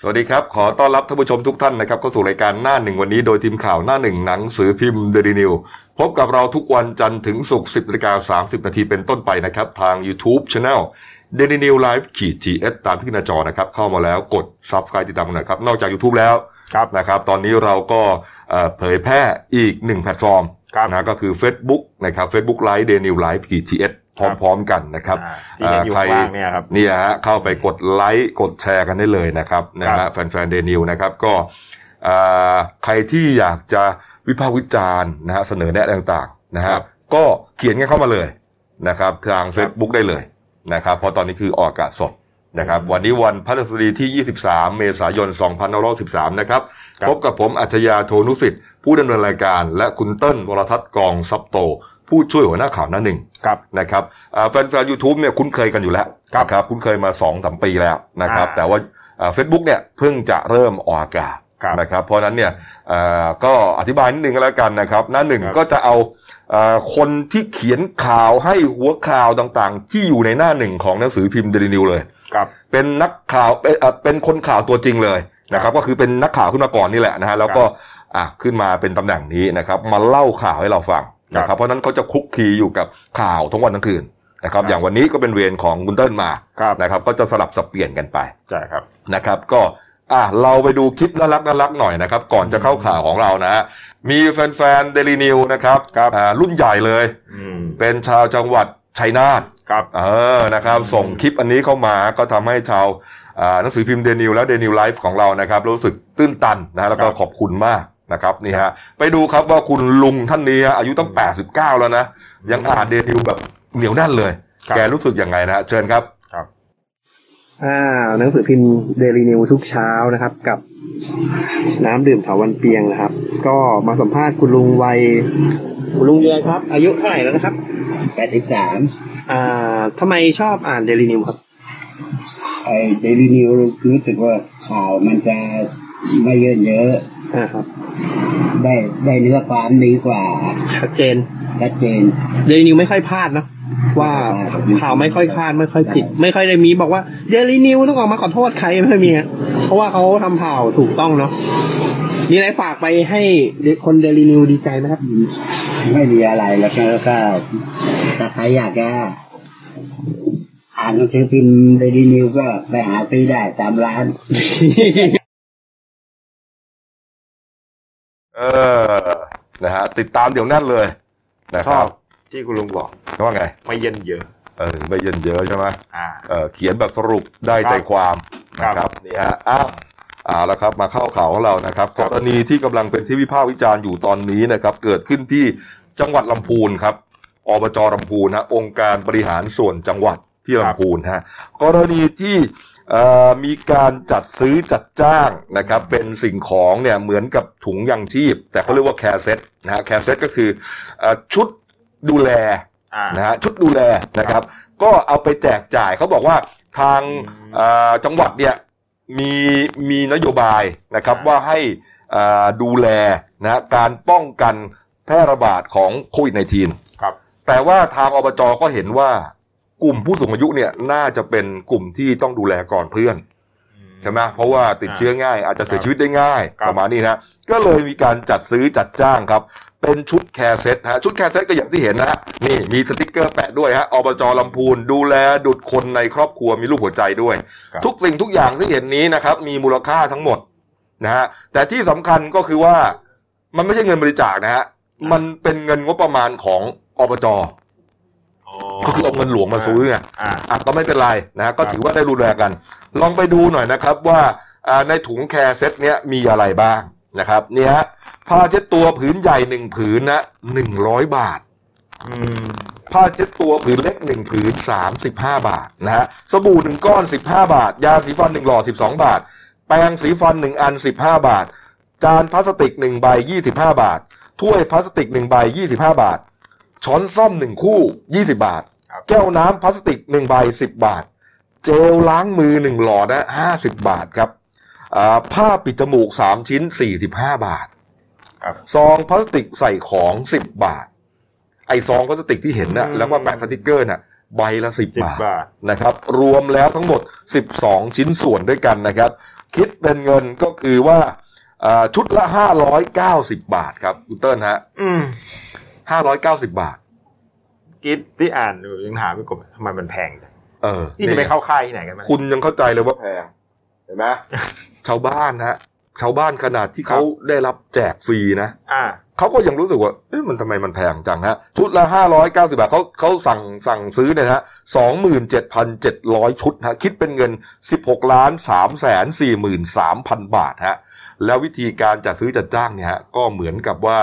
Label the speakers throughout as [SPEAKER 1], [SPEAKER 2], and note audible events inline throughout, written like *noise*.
[SPEAKER 1] สวัสดีครับ ขอต้อนรับท่านผู้ชมทุกท่านนะครับเข้าสู่รายการหน้าหนึ่งวันนี้โดยทีมข่าวหน้าหนึ่งหนังสือพิมพ์เดลินิวพบกับเราทุกวันจันทร์ถึงศุกร์10นาฬิกา30 นาทีเป็นต้นไปนะครับ ทาง YouTube Channel d a i l y New Live ขีด GS ตามที่ขึ้นหน้าจอนะครับ เข้ามาแล้วกด Subscribe ติดตามกันหนะครับ นอกจาก YouTube แล้ว
[SPEAKER 2] ครับ
[SPEAKER 1] นะครับ ตอนนี้เราก็เอ่อเผยแพร่อีกหนึ่งแพลตฟอร์ม
[SPEAKER 2] ครับ
[SPEAKER 1] นะก็คือ Facebook นะครับ Facebook Live d a i l y New Live ขีด GS พร้อมๆกันนะครับ
[SPEAKER 2] อ่าที่เห็นอยู่
[SPEAKER 1] อ่า
[SPEAKER 2] ข้าง
[SPEAKER 1] ใคร
[SPEAKER 2] ล่างเนี่ยครับ
[SPEAKER 1] เนี่ยฮะเข้าไปกดไลค์กดแชร์กันได้เลยนะครับนะ
[SPEAKER 2] ครั
[SPEAKER 1] ฮะ
[SPEAKER 2] บ
[SPEAKER 1] แฟนๆเดนิวนะครับก็อ่าใครที่อยากจะวิพากษ์วิจารณ์นะฮะเสนอแนะต่างๆนะ
[SPEAKER 2] ค
[SPEAKER 1] ฮะ
[SPEAKER 2] รับ
[SPEAKER 1] ก็เขียนกันเข้ามาเลยนะครับทาง
[SPEAKER 2] ครับ
[SPEAKER 1] Facebook ได้เลยนะครับเพราะตอนนี้คือออกอากาศสดนะครับวันนี้วันพฤหัสบดีที่ 23 เมษายน 2513 นะครับ
[SPEAKER 2] ครับ
[SPEAKER 1] พบกับผมอัจฉริยาโทนุสิทธิ์ ผู้ดำเนินรายการ และคุณเติ้ลวรทัศน์กองซับโต ผู้ช่วยหัวหน้าข่าวหน้าหนึ่ง
[SPEAKER 2] ครับ
[SPEAKER 1] นะครับอ่าแฟนๆยูทูบเนี่ยคุ้นเคยกันอยู่แล้ว
[SPEAKER 2] ครับ
[SPEAKER 1] นะครับคุ้นเคยมา2อสปีแล้วนะครับ
[SPEAKER 2] อ่า
[SPEAKER 1] แต่ว่าเฟซบุ๊กเนี่ยเพิ่งจะเริ่มออกอากาศ
[SPEAKER 2] ครับ
[SPEAKER 1] นะครับ เพราะฉะนั้นเนี่ยอ่าก็อธิบายนิดนึงก็แล้วกันนะครับ หน้าหนึ่ง
[SPEAKER 2] ครับ
[SPEAKER 1] ก็จะเอาอ่าคนที่เขียนข่าวให้หัวข่าวต่างๆ ที่อยู่ในหน้าหนึ่งของหนังสือพิมพ์เดลินิวเลย
[SPEAKER 2] ครับ
[SPEAKER 1] เป็นนักข่าวเอ่อเอ่อเป็นคนข่าวตัวจริงเลยนะครับ ก็คือเป็นนักข่าวขึ้นมาก่อนนี่แหละนะฮะแล้วก็อ่ะขึ้นมาเป็นตำแหน่งนี้นะครับมาเล่าข่าวให้เราฟังนะค
[SPEAKER 2] ครั
[SPEAKER 1] รับบ เพราะฉะนั้นเขาจะคลุกคลีอยู่กับข่าวทั้งวันทั้งคืนนะครับ
[SPEAKER 2] ครับ
[SPEAKER 1] อย่างวันนี้ก็เป็นเวรของคุณเติ้ลมา
[SPEAKER 2] ครับ
[SPEAKER 1] นะครับ ก็จะสลับสับเปลี่ยนกันไป
[SPEAKER 2] ใช่ครับ
[SPEAKER 1] นะครับ ก็อ่ะเราไปดูคลิปน่ารักน่ารักหน่อยนะครับ ก่อนจะเข้าข่าวของเรานะฮะมีแฟนๆเดลีนิวนะครับ
[SPEAKER 2] ครับ
[SPEAKER 1] อ่ารุ่นใหญ่เลย
[SPEAKER 2] อืม
[SPEAKER 1] เป็นชาวจังหวัดชัยนาท
[SPEAKER 2] ครับ
[SPEAKER 1] เออ นะครับ ส่งคลิปอันนี้เข้ามาก็ทำให้ชาวอ่าหนังสือพิมพ์เดนิวและเดนิวไลฟ์ของเรานะครับ รู้สึกตื้นตันนะ แล้วก็
[SPEAKER 2] ครับ
[SPEAKER 1] ขอบคุณมากนะครับนี่ฮะ ไปดูครับว่าคุณลุงท่านนี้ฮะอายุตั้ง 89 แล้วนะ ยังอ่านเดนิวแบบเหนียวแน่นเลย
[SPEAKER 2] ครับ
[SPEAKER 1] แกรู้สึกยังไงนะฮะเชิญครับ
[SPEAKER 3] อ่าหนังสือพิมพ์เดลีนิวทุกเช้านะครับ กับน้ำดื่มเถาวันเปียงนะครับ ก็มาสัมภาษณ์คุณลุงวัยคุณลุงเดือนครับ อายุเท่าไหร่แล้วนะครับ
[SPEAKER 4] แปดสิบสาม
[SPEAKER 3] อ่าทำไมชอบอ่านเดลีนิวครับ
[SPEAKER 4] ไอ้เดลี่นิวรู้สึกว่าข่าวมันจะไม่เยอะเยอะ
[SPEAKER 3] อ่าครับ
[SPEAKER 4] ได้ได้เนื้อความดีกว่า
[SPEAKER 3] ชัดเจน
[SPEAKER 4] ชัดเจน
[SPEAKER 3] เดลีนิวไม่ค่อยพลาดเนอะว่าข่าวไม่ค่อยพลาดไม่ค่อยผิด ไม่ค่อยได้มีบอกว่าเดลีนิวต้องออกมาขอโทษใครไม่ค่อยมีอะเพราะว่าเขาทำข่าวถูกต้องเนาะมีอะไรฝากไปให้คนเดลีนิวดีใจไหมครับ
[SPEAKER 4] ไม่มีอะไรแล้วก็ก็ถ้าใครอยากจะอ่านหนังสือพิมพ์เดลี่นิวก็ไปหาซื้อได้ตามร้าน
[SPEAKER 1] เออ นะฮะ ติดตามเดี๋ยวแน่นเลยนะ
[SPEAKER 2] ช
[SPEAKER 1] ค
[SPEAKER 2] อ
[SPEAKER 1] รั
[SPEAKER 2] บบ ที่คุณลุงบอก
[SPEAKER 1] ว่าไง
[SPEAKER 2] ไม่เย็นเยอะ
[SPEAKER 1] เออไม่เยินเยอะใช่ไหม
[SPEAKER 2] อ่า
[SPEAKER 1] เอ่อเขียนแบบสรุปได้ใจความ
[SPEAKER 2] ครั
[SPEAKER 1] นะ
[SPEAKER 2] บ
[SPEAKER 1] ครับนี่ฮะอ้าวเอาละครับมาเข้าข่าวของเรานะครับ
[SPEAKER 2] ค
[SPEAKER 1] ก
[SPEAKER 2] รับ
[SPEAKER 1] รณีที่กำลังเป็นที่วิพากษ์วิจารณ์อยู่ตอนนี้นะครับ เกิดขึ้นที่จังหวัดลำพูนครับอบจลำพูนฮะองค์การบริหารส่วนจังหวัดที่ลำพูนฮะกรณีที่เอ่อมีการจัดซื้อจัดจ้างนะครับ เป็นสิ่งของเนี่ยเหมือนกับถุงยังชีพ แต่เขาเรียกว่าแคร์เซ็ตนะฮะแคร์เซ็ตก็คือเอ่อชุดดูแล
[SPEAKER 2] อ่า
[SPEAKER 1] นะฮะชุดดูแลนะครับ ก็เอาไปแจกจ่ายเขาบอกว่าทางเอ่อจังหวัดเนี่ยมีมีนโยบายนะครับ
[SPEAKER 2] ครับ
[SPEAKER 1] ว่าให้เอ่อดูแลนะฮะการป้องกันแพร่ระบาดของโควิด -19
[SPEAKER 2] ครับ
[SPEAKER 1] แต่ว่าทางอบจก็เห็นว่ากลุ่มผู้สูงอายุเนี่ยน่าจะเป็นกลุ่มที่ต้องดูแลก่อนเพื่อน ใช่ไหมเพราะว่าติดเชื้อง่ายอาจจะเสียชีวิตได้ง่าย
[SPEAKER 2] ครับ
[SPEAKER 1] ประมาณนี้นะ ก็เลยมีการจัดซื้อจัดจ้างครับ เป็นชุดแคร์เซ็ตฮะชุดแคร์เซ็ตก็อย่างที่เห็นนะฮะนี่มีสติ๊กเกอร์แปะด้วยฮะอบจลำพูนดูแลดุดคนในครอบครัวมีรูปหัวใจด้วย
[SPEAKER 2] ครับ
[SPEAKER 1] ทุกสิ่งทุกอย่างที่เห็นนี้นะครับ มีมูลค่าทั้งหมดนะฮะแต่ที่สำคัญก็คือว่ามันไม่ใช่เงินบริจาคนะฮะมันเป็นเงินงบประมาณของอบจ
[SPEAKER 2] อ๋อ
[SPEAKER 1] ก็คือเอาเงินหลวงมาซื้อไง
[SPEAKER 2] อ่า
[SPEAKER 1] อ่ะก็ไม่เป็นไรนะฮะก็
[SPEAKER 2] ครับ
[SPEAKER 1] ถือว่าได้ดูแลกัน ลองไปดูหน่อยนะครับว่าอ่าในถุงแคร์เซ็ตเนี้ยมีอะไรบ้างนะครับเนี่ยฮะผ้าเช็ดตัวผืนใหญ่หนึ่งผืนนะหนึ่งร้อยบาท
[SPEAKER 2] อืม
[SPEAKER 1] ผ้าเช็ดตัวผืนเล็กหนึ่งผืนสามสิบห้าบาทนะฮะสบู่หนึ่งก้อนสิบห้าบาท ยาสีฟันหนึ่งหลอดสิบสองบาท แปรงสีฟันหนึ่งอันสิบห้าบาท จานพลาสติกหนึ่งใบยี่สิบห้าบาท ถ้วยพลาสติกหนึ่งใบยี่สิบห้าบาท ช้อนส้อมหนึ่งคู่ยี่สิบาท
[SPEAKER 2] ครับ
[SPEAKER 1] แก้วน้ำพลาสติกหนึ่งใบสิบบาท เจลล้างมือหนึ่งหลอดนะห้าสิบบาทครับอ่าผ้าปิดจมูกสามชิ้นสี่สิบห้าบาท
[SPEAKER 2] ครับ
[SPEAKER 1] ซองพลาสติกใส่ของสิบบาท ไอซองพลาสติกที่เห็นน่ะ
[SPEAKER 2] อืม
[SPEAKER 1] แล้วก็แปะสติกเกอร์น่ะใบละสิบ
[SPEAKER 2] สิบบ
[SPEAKER 1] าท
[SPEAKER 2] บาท
[SPEAKER 1] นะครับ รวมแล้วทั้งหมด 12 ชิ้นส่วนด้วยกันนะครับ แค คิดเป็นเงินก็คือว่าอ่าชุดละ 590 บาทครับคุณเติ้ลฮะ
[SPEAKER 2] อืม
[SPEAKER 1] 590 บาท
[SPEAKER 2] กิดที่อ่านอยู่ยังถามไม่กบทำไมมันแพงจัง
[SPEAKER 1] เออ
[SPEAKER 2] นี่จะไปเข้าค่ายที่ไหนกันมา
[SPEAKER 1] คุณยังเข้าใจเลยว่าแพง เห็นไหม ชาวบ้านฮะ ชาวบ้านขนาดที่เขาได้รับแจกฟรีนะ
[SPEAKER 2] อ่า
[SPEAKER 1] เขาก็ยังรู้สึกว่า เอ๊ะมันทำไมมันแพงจังฮะ ชุดละ 590 บาทเขาเขาสั่งสั่งซื้อเนี่ยนะฮะ 27,700 ชุดฮะ คิดเป็นเงิน 16ล้าน3แสน43,000 บาทฮะ แล้ววิธีการจัดซื้อจัดจ้างเนี่ยฮะ ก็เหมือนกับว่า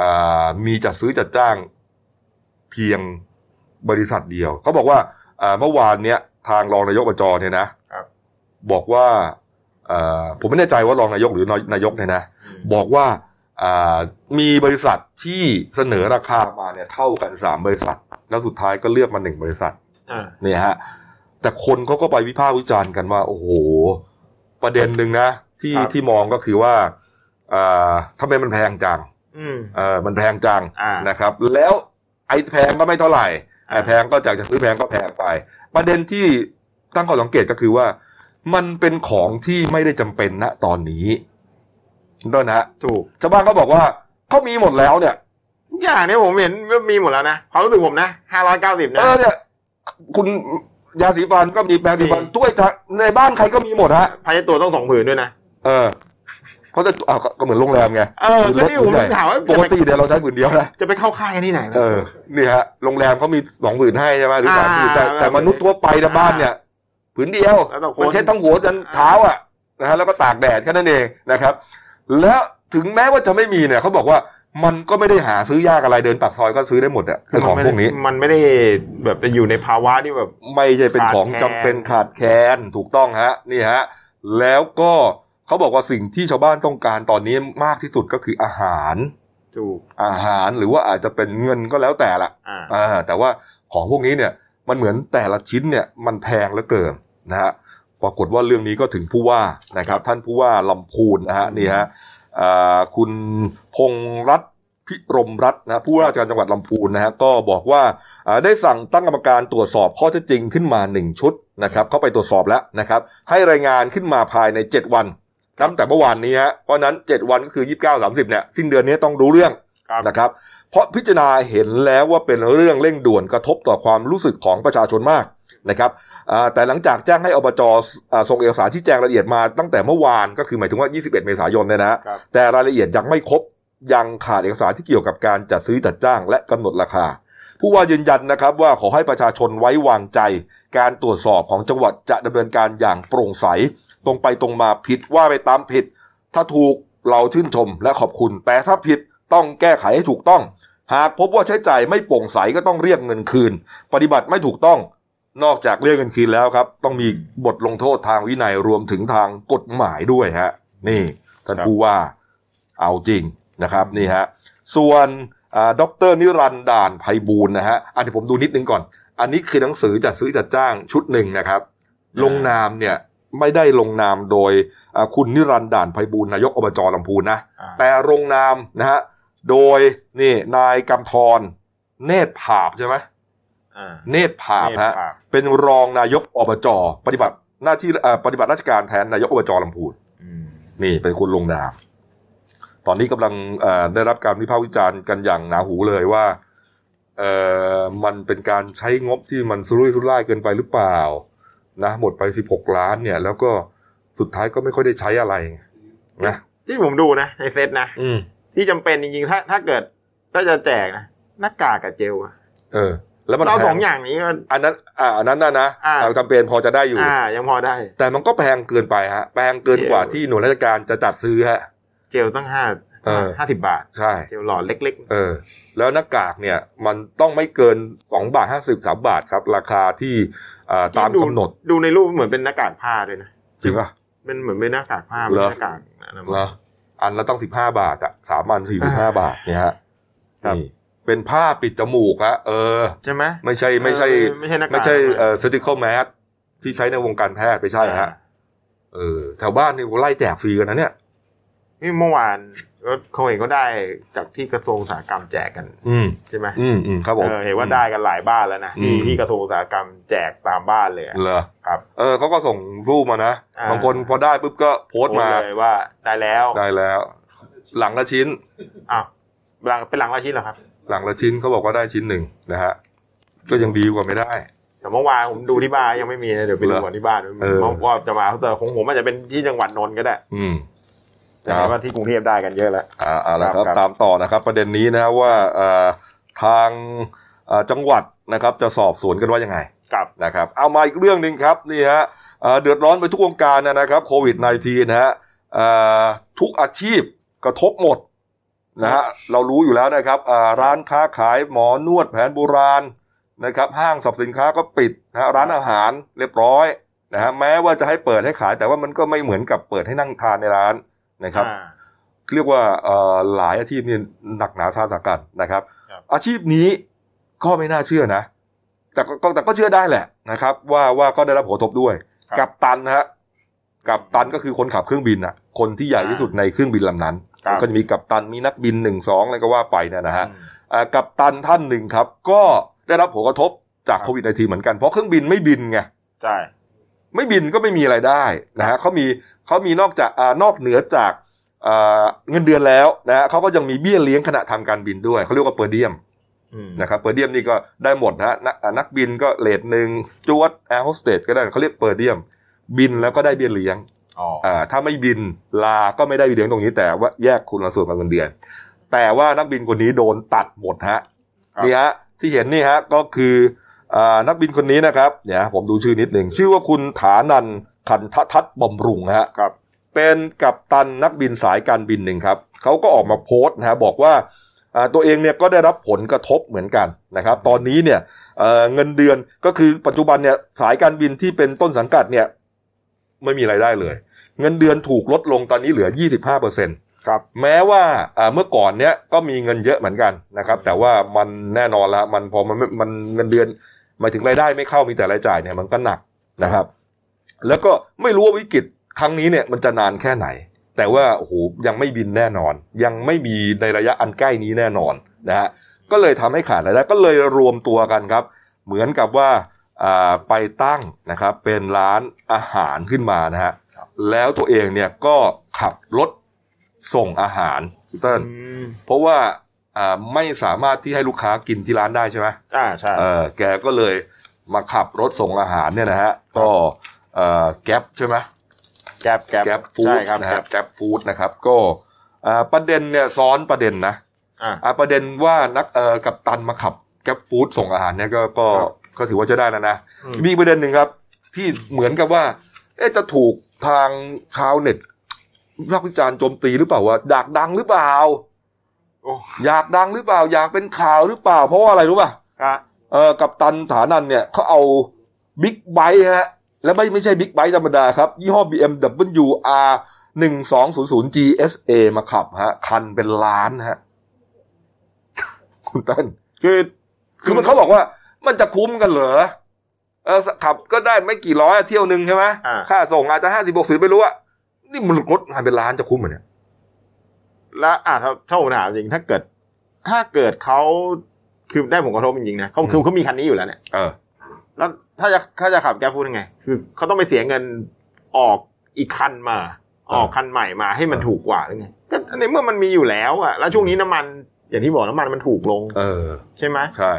[SPEAKER 1] อ่ามีจัดซื้อจัดจ้างเพียงบริษัทเดียว เขาบอกว่าอ่าเมื่อวานเนี้ยทางรองนายกอบจเนี่ยนะครับ บอกว่าอ่าผมไม่แน่ใจว่ารองนายกหรือนายนายกเนี่ยนะ บอกว่าอ่ามีบริษัทที่เสนอราคามาเนี่ยเท่ากันสามบริษัท แล้วสุดท้ายก็เลือกมาหนึ่งบริษัท
[SPEAKER 2] อ่า
[SPEAKER 1] เนี่ยฮะแต่คนเขาก็ไปวิพากษ์วิจารณ์กันว่า โอ้โห ประเด็นหนึ่งนะที่
[SPEAKER 2] ครับ
[SPEAKER 1] ที่มองก็คือว่าอ่าทำไมมันแพงจัง
[SPEAKER 2] อืม
[SPEAKER 1] เออมันแพงจัง
[SPEAKER 2] อ่าน
[SPEAKER 1] นะครับ แล้วไอ้แพงก็ไม่เท่าไหร่ไอ้แพงก็จากจะซื้อแพงก็แพงไป ประเด็นที่ตั้งข้อสังเกตก็คือว่า มันเป็นของที่ไม่ได้จำเป็นณตอนนี้ต้นนะฮะ
[SPEAKER 2] ถูก
[SPEAKER 1] ชาวบ้านก็บอกว่าเขามีหมดแล้วเนี่ย
[SPEAKER 2] อย่างเนี้ยผมเห็นว่ามีหมดแล้วนะความรู้สึกผมนะห้าร้อยเก้าสิบ
[SPEAKER 1] เอ
[SPEAKER 2] นะ
[SPEAKER 1] อเนี่ย คุณยาสีฟันก็มีแปรงสีฟัน
[SPEAKER 2] มี
[SPEAKER 1] ถ้วยจะในบ้านใครก็มีหมดฮะ
[SPEAKER 2] พายตัวต้องสองผืนด้วยนะ
[SPEAKER 1] เออเพราะจะอ่ะก็ก็เหมือนโรงแรมไง
[SPEAKER 2] เออแล้วนี่ผม
[SPEAKER 1] ผืใหญ่
[SPEAKER 2] ถามว่า
[SPEAKER 1] ป
[SPEAKER 2] จะ
[SPEAKER 1] ก
[SPEAKER 2] ไป
[SPEAKER 1] ติเนี่ยเราใช้ผืนเดียวนะ
[SPEAKER 2] จะไปเข้าค่ายกันที่ไหนวะ
[SPEAKER 1] เออนี่ฮะโรงแรมเขามีสองผืนให้ใช่ไหมหรือสามผืนแต่
[SPEAKER 2] อ่า
[SPEAKER 1] แต่มนุษย์ทั่วไปในะบ้านเนี่ยผืนเดียว
[SPEAKER 2] แล้วแต่คน
[SPEAKER 1] มันเช็ดทั้งหัวจนเท้าอ่ะนะฮะแล้วก็ตากแดดแค่นั้นเองนะครับ แล้วถึงแม้ว่าจะไม่มีเนี่ยเขาบอกว่ามันก็ไม่ได้หาซื้อยากอะไรเดินปากซอยก็ซื้อได้หมดอะไอ้ของพวกนี้
[SPEAKER 2] มันไม่ได้แบบจะอยู่ในภาวะที่แบบ
[SPEAKER 1] ไม่ใช่เป็นของจำ
[SPEAKER 2] ขาดแคลน
[SPEAKER 1] เป็นขาดแคลนถูกต้องฮะนี่ฮะแล้วก็เขาบอกว่าสิ่งที่ชาวบ้านต้องการตอนนี้มากที่สุดก็คืออาหาร
[SPEAKER 2] ถูก
[SPEAKER 1] อาหารหรือว่าอาจจะเป็นเงินก็แล้วแต่ละ
[SPEAKER 2] อ่า
[SPEAKER 1] อ่าแต่ว่าของพวกนี้เนี่ยมันเหมือนแต่ละชิ้นเนี่ยมันแพงเหลือเกินนะฮะปรากฏว่าเรื่องนี้ก็ถึงผู้ว่านะครับ ท่านผู้ว่าลำพูนนะฮะนี่ฮะอ่าคุณพงษ์รัตน์พิรมรัตน์นะผู้ว่าราชการจังหวัดลำพูนนะฮะก็บอกว่า อ่าได้สั่งตั้งกรรมการตรวจสอบข้อเท็จจริงขึ้นมา 1 ชุดนะครับ เข้าไปตรวจสอบแล้วนะครับ ให้รายงานขึ้นมาภายใน 7 วันตั้งแต่เมื่อวานนี้ฮะเพราะฉะนั้น 7 วันก็คือ 29 30เนี่ยสิ้นเดือนนี้ต้องรู้เรื่อง
[SPEAKER 2] ครับ
[SPEAKER 1] นะครับ เพราะพิจารณาเห็นแล้วว่าเป็นเรื่องเร่งด่วนกระทบต่อความรู้สึกของประชาชนมากนะครับอ่าแต่หลังจากแจ้งให้อบจอ่าส่งเอกสารชี้แจงรายละเอียดมาตั้งแต่เมื่อวานก็คือหมายถึงว่า 21 เมษายนเนี่ยนะฮะ
[SPEAKER 2] ครับ
[SPEAKER 1] แต่รายละเอียดยังไม่ครบยังขาดเอกสารที่เกี่ยวกับการจัดซื้อจัดจ้างและกำหนดราคา ผู้ว่ายืนยันนะครับว่าขอให้ประชาชนไว้วางใจ การตรวจสอบของจังหวัดจะดำเนินการอย่างโปร่งใส ตรงไปตรงมาผิดว่าไปตามผิด ถ้าถูกเราชื่นชมและขอบคุณ แต่ถ้าผิดต้องแก้ไขให้ถูกต้อง หากพบว่าใช้จ่ายไม่โปร่งใสก็ต้องเรียกเงินคืน ปฏิบัติไม่ถูกต้อง นอกจากเรียกเงินคืนแล้วครับ ต้องมีบทลงโทษทางวินัยรวมถึงทางกฎหมายด้วยฮะ นี่ท่าน
[SPEAKER 2] ครับ
[SPEAKER 1] ผู้ว่าเอาจริงนะครับนี่ฮะส่วนด็อกเตอร์นิรันดร์ด่านไพบูลย์นะฮะอันนี้ผมดูนิดนึงก่อน อันนี้คือหนังสือจัดซื้อจัดจ้างชุดหนึ่งนะครับ ลงนามเนี่ยไม่ได้ลงนามโดยอ่าคุณนิรันดร์ด่านไพบูลย์นายกอบจลำพูนนะ
[SPEAKER 2] อ่า
[SPEAKER 1] แต่ลงนามนะฮะโดยนี่นายกำธรเนตรผาบใช่ไหม
[SPEAKER 2] อ่า
[SPEAKER 1] เนตรผาบ
[SPEAKER 2] เน
[SPEAKER 1] ฮะ
[SPEAKER 2] ตรภาพ
[SPEAKER 1] เป็นรองนายกอบจปฏิบัติหน้าที่เอ่อปฏิบัติราชการแทนนายกอบจลำพูน
[SPEAKER 2] อืม
[SPEAKER 1] นี่เป็นคนลงนาม ตอนนี้กำลังเอ่อได้รับการวิพากษ์วิจารณ์กันอย่างหนาหูเลยว่าเออมันเป็นการใช้งบที่มันสุรุ่ยสุร่ายเกินไปหรือเปล่า นะหมดไปสิบหกล้านเนี่ย แล้วก็สุดท้ายก็ไม่ค่อยได้ใช้อะไรนะ
[SPEAKER 2] ที่ผมดูนะในเฟซนะ
[SPEAKER 1] อืม
[SPEAKER 2] ที่จำเป็นจริงๆ ถ้าถ้าเกิดถ้าจะแจกนะหน้ากากกับเจลอะ
[SPEAKER 1] เออ แล้วมัน
[SPEAKER 2] เรา
[SPEAKER 1] แพ
[SPEAKER 2] สอง งอย่างนี้ก็
[SPEAKER 1] อันนั้นอ่าอันนั้นนะนะ
[SPEAKER 2] อ่า
[SPEAKER 1] เราจำเป็นพอจะได้อยู่
[SPEAKER 2] อ่า ยังพอได้
[SPEAKER 1] แต่มันก็แพงเกินไปฮะแพงเกินกว่าที่หน่วยราชการจะจัดซื้อฮะ
[SPEAKER 2] เจลตั้งห้า
[SPEAKER 1] เออ
[SPEAKER 2] ห้าสิบบาท
[SPEAKER 1] ใช่
[SPEAKER 2] เจลหลอดเล็ก
[SPEAKER 1] เออแล้วหน้ากากเนี่ยมันต้องไม่เกินสองบาทห้าสิบสามบาทครับ ราคาที่อ่า
[SPEAKER 2] ๆ
[SPEAKER 1] ตามกำหนด
[SPEAKER 2] ดูในรูปเหมือนเป็นหน้ากากผ้าด้วยนะ
[SPEAKER 1] จริงป่ะ
[SPEAKER 2] เป็นเหมือนเป็นหน้ากากผ้า
[SPEAKER 1] เหรอ
[SPEAKER 2] เป็นหน้ากากอนามัย
[SPEAKER 1] เหรออันละต้องสิบห้าบาทอะสามอันสี่สิบห้า
[SPEAKER 2] อ่า
[SPEAKER 1] บาทเนี่ยฮะ
[SPEAKER 2] ครับ
[SPEAKER 1] นี่เป็นผ้าปิดจมูกฮะเออ
[SPEAKER 2] ใช่ไหม
[SPEAKER 1] ไม่ใช่ไม่ใช่
[SPEAKER 2] เออไม่ใช่หน้ากาก
[SPEAKER 1] ไม่ใช่
[SPEAKER 2] อนา
[SPEAKER 1] เอ่
[SPEAKER 2] ย
[SPEAKER 1] อ surgical mask ที่ใช้ในวงการแพทย์ไปใช่ฮะเออแถวบ้านนี่ไล่แจกฟรีกันนะเนี่ย
[SPEAKER 2] นี่เมื่อวานก็เขาเห็นก็ได้จากที่กระทรวงอุตสาหกรรมแจกกัน
[SPEAKER 1] อืม
[SPEAKER 2] ใช่ไหม
[SPEAKER 1] อืมอืมครับผม
[SPEAKER 2] เออเห็นว่าได้กันหลายบ้านแล้วนะที่
[SPEAKER 1] อืม
[SPEAKER 2] ที่กระทรวงอุตสาหกรรมแจกตามบ้านเลยอะ
[SPEAKER 1] เหรอ
[SPEAKER 2] ครับ
[SPEAKER 1] เออเขาก็ส่งรูปมานะ
[SPEAKER 2] อ่า
[SPEAKER 1] บางคนพอได้ปุ๊บก็โพสต์มา
[SPEAKER 2] โพเลยว่าได้แล้ว
[SPEAKER 1] ได้แล้ว หลังละชิ้น
[SPEAKER 2] อ้าวหลังเป็นหลังละชิ้นเหรอครับ
[SPEAKER 1] หลังละชิ้นเขาบอกว่าได้ชิ้นหนึ่งนะฮะก็ยังดีกว่าไม่ได้
[SPEAKER 2] แต่เมื่อวานผมดูที่บ้านยังไม่มีนะเดี๋ยวไป
[SPEAKER 1] เห
[SPEAKER 2] ดู
[SPEAKER 1] รอ
[SPEAKER 2] ก่อนที่บ้าน
[SPEAKER 1] เออ
[SPEAKER 2] ว่าจะมาแต่ของผมอาจจะเป็นที่จังหวัดนนท์ก็ได้
[SPEAKER 1] อืม
[SPEAKER 2] แต่เห็นว่าที่กรุงเทพได้กันเยอะแล้ว
[SPEAKER 1] อ่าเอาละค
[SPEAKER 2] ครั
[SPEAKER 1] รับบ
[SPEAKER 2] ครับ
[SPEAKER 1] ตามต่อนะครับประเด็นนี้นะว่าเอ่อทางเอ่อจังหวัดนะครับจะสอบสวนกันว่ายังไง
[SPEAKER 2] ครับ
[SPEAKER 1] นะครับ เอามาอีกเรื่องหนึ่งครับนี่ฮะเอ่อเดือดร้อนไปทุกวงการนะนะครับโควิด -19 ฮะเอ่อทุกอาชีพกระทบหมดนะฮะเรารู้อยู่แล้วนะครับอ่าร้านค้าขายหมอนวดแผนโบราณนะครับ ห้างสรรพสินค้าก็ปิดนะฮะร้านอาหารเรียบร้อยนะฮะแม้ว่าจะให้เปิดให้ขาย แต่ว่ามันก็ไม่เหมือนกับเปิดให้นั่งทานในร้านนะครับ
[SPEAKER 2] อ่า
[SPEAKER 1] เรียกว่าเอ่อหลายอาชีพเนี่ยหนักหนาสาหัสกันนะครับ
[SPEAKER 2] ครับ
[SPEAKER 1] อาชีพนี้ก็ไม่น่าเชื่อนะ แต่ก็ก็แต่ก็เชื่อได้แหละนะครับ ว่าว่าก็ได้รับผลกระทบด้วย กับตันนะฮะกับตันก็คือคนขับเครื่องบินอ่ะ คนที่ใหญ่ที่สุดในเครื่องบินลำนั้น
[SPEAKER 2] ครับ
[SPEAKER 1] ก็จะมีกับตันมีนักบินหนึ่งสองอะไรก็ว่าไปเนี่ยนะฮะอ่ากับตันท่านหนึ่งครับ ก็ได้รับผลกระทบจากโควิด -19 เหมือนกันเพราะเครื่องบินไม่บินไง
[SPEAKER 2] ใช่
[SPEAKER 1] ไม่บินก็ไม่มีไรายได้นะฮะเขามีเขามีนอกจากอ่านอกเหนือจากอ่าเงินเดือนแล้วนะฮะเขาก็ยังมีเบี้ยเลี้ยงขณะทำการบินด้วยเขาเรียกว่าเปอร์เดียม
[SPEAKER 2] อืม
[SPEAKER 1] นะครับเปอร์เดียมนี่ก็ได้หมดนะฮะนักอ่านักบินก็เลทหนึ่งสจวตแอร์โฮสเตสก็ได้เขาเรียกเปอร์เดียม บินแล้วก็ได้เบี้ยเลี้ยง
[SPEAKER 2] อ๋ออ
[SPEAKER 1] อ่าถ้าไม่บินลาก็ไม่ได้เบี้ยเลี้ยงตรงนี้แต่ว่าแยกคุณส่วนกับเงินเดือน แต่ว่านักบินคนนี้โดนตัดหมดฮะนี่ฮะที่เห็นนี่ฮะก็คือ อ่านักบินคนนี้นะครับเนี่ยวผมดูชื่อนิดหนึ่ง ชื่อว่าคุณฐานันขันททัศน์บำรุงฮะ
[SPEAKER 2] ครับ
[SPEAKER 1] เป็นกัปตันนักบินสายการบินหนึ่งครับเขาก็ออกมาโพสต์นะฮะบอกว่าอ่าตัวเองเนี่ยก็ได้รับผลกระทบเหมือนกันนะครับ ตอนนี้เนี่ยเอ่อเงินเดือนก็คือปัจจุบันเนี่ยสายการบินที่เป็นต้นสังกัดเนี่ยไม่มีไรายได้เลย เงินเดือนถูกลดลงตอนนี้เหลือ 25เปอร์เซ็นต
[SPEAKER 2] ครับ
[SPEAKER 1] แม้ว่าอ่าเมื่อก่อนเนี้ยก็มีเงินเยอะเหมือนกันนะครับ แต่ว่ามันแน่นอนละมันพอมันไม่มันเงินเดือนหมายถึงรายได้ไม่เข้ามีแต่รายจ่ายเนี่ยมันก็หนักนะครับ แล้วก็ไม่รู้ว่าวิกฤตครั้งนี้เนี่ยมันจะนานแค่ไหน แต่ว่าโอ้โหยังไม่บินแน่นอน ยังไม่มีในระยะอันใกล้นี้แน่นอนนะฮะก็เลยทำให้ขาดรายได้ก็เลยรวมตัวกันครับ เหมือนกับว่าอ่าไปตั้งนะครับเป็นร้านอาหารขึ้นมานะฮะแล้วตัวเองเนี่ยก็ขับรถส่งอาหารพี่เติ้ล
[SPEAKER 2] อืม
[SPEAKER 1] เพราะว่าอ่าไม่สามารถที่ให้ลูกค้ากินที่ร้านได้ใช่ไหม
[SPEAKER 2] อ่าใช่
[SPEAKER 1] เออแกก็เลยมาขับรถส่งอาหารเนี่ยนะฮะ ก็เอ่อแก๊ปใช่ไหม
[SPEAKER 2] แก๊บแก๊บ
[SPEAKER 1] แก๊ปฟู้ด
[SPEAKER 2] ใช่ครับ
[SPEAKER 1] นะ
[SPEAKER 2] แก๊
[SPEAKER 1] ฮะ
[SPEAKER 2] บ
[SPEAKER 1] แก๊ปฟู้ดนะครับ ก็เอ่อประเด็นเนี่ยซ้อนประเด็นนะ
[SPEAKER 2] อ่า
[SPEAKER 1] อ่ะประเด็นว่านักเอ่อกับตันมาขับแก๊ปฟู้ดส่งอาหารเนี่ยก็ก็
[SPEAKER 2] ครับ
[SPEAKER 1] ก็ถือว่าจะได้แล้วนะ
[SPEAKER 2] อืม
[SPEAKER 1] มีอีกประเด็นหนึ่งครับ ที่เหมือนกับว่าเอ๊ะจะถูกทางชาวเน็ตวิพากษ์วิจารณ์โจมตีหรือเปล่าว่าอยากดังหรือเปล่า
[SPEAKER 2] โอ้
[SPEAKER 1] อยากดังหรือเปล่า อยากเป็นข่าวหรือเปล่า เพราะว่าอะไรรู้ป่ะ
[SPEAKER 2] อ่ะ
[SPEAKER 1] เออกับตันฐานันเนี่ยเขาเอาบิ๊กไบค์ฮะ และไม่ไม่ใช่บิ๊กไบค์ธรรมดาครับ ยี่ห้อ BMW R 1 2 0 0 GSA มาขับฮะ คันเป็นล้านฮะ คุณเต้น
[SPEAKER 2] คือ
[SPEAKER 1] คือมันเขาบอกว่ามันจะคุ้มกันเหรอเออขับก็ได้ไม่กี่ร้อยอะเที่ยวหนึ่งใช่ไหม
[SPEAKER 2] อ่า
[SPEAKER 1] ค่าส่งอาจจะห้าสิบกสิบไม่รู้อะนี่มันรถคันเป็นล้านจะคุ้มเหมือนเนี่ย
[SPEAKER 2] แล้วอ่าถ้าถ้าผมถามจริงถ้าเกิด ถ้าเกิดเขาคือได้ผลกระทบจริงๆนะเขาคือเขามีคันนี้อยู่แล้วเนี่ย
[SPEAKER 1] เออ
[SPEAKER 2] แล้วถ้าจะถ้าจะขับแก๊บฟูดยังไง คือเขาต้องไปเสียเงินออกอีกคันมา ออกคันใหม่มาให้มันถูกกว่าหรือไงก็ในเมื่อมันมีอยู่แล้วอ่ะแล้วช่วงนี้น้ำมันอย่างที่บอกน้ำมันมันถูกลง
[SPEAKER 1] เออ
[SPEAKER 2] ใช่ไหม
[SPEAKER 1] ใช่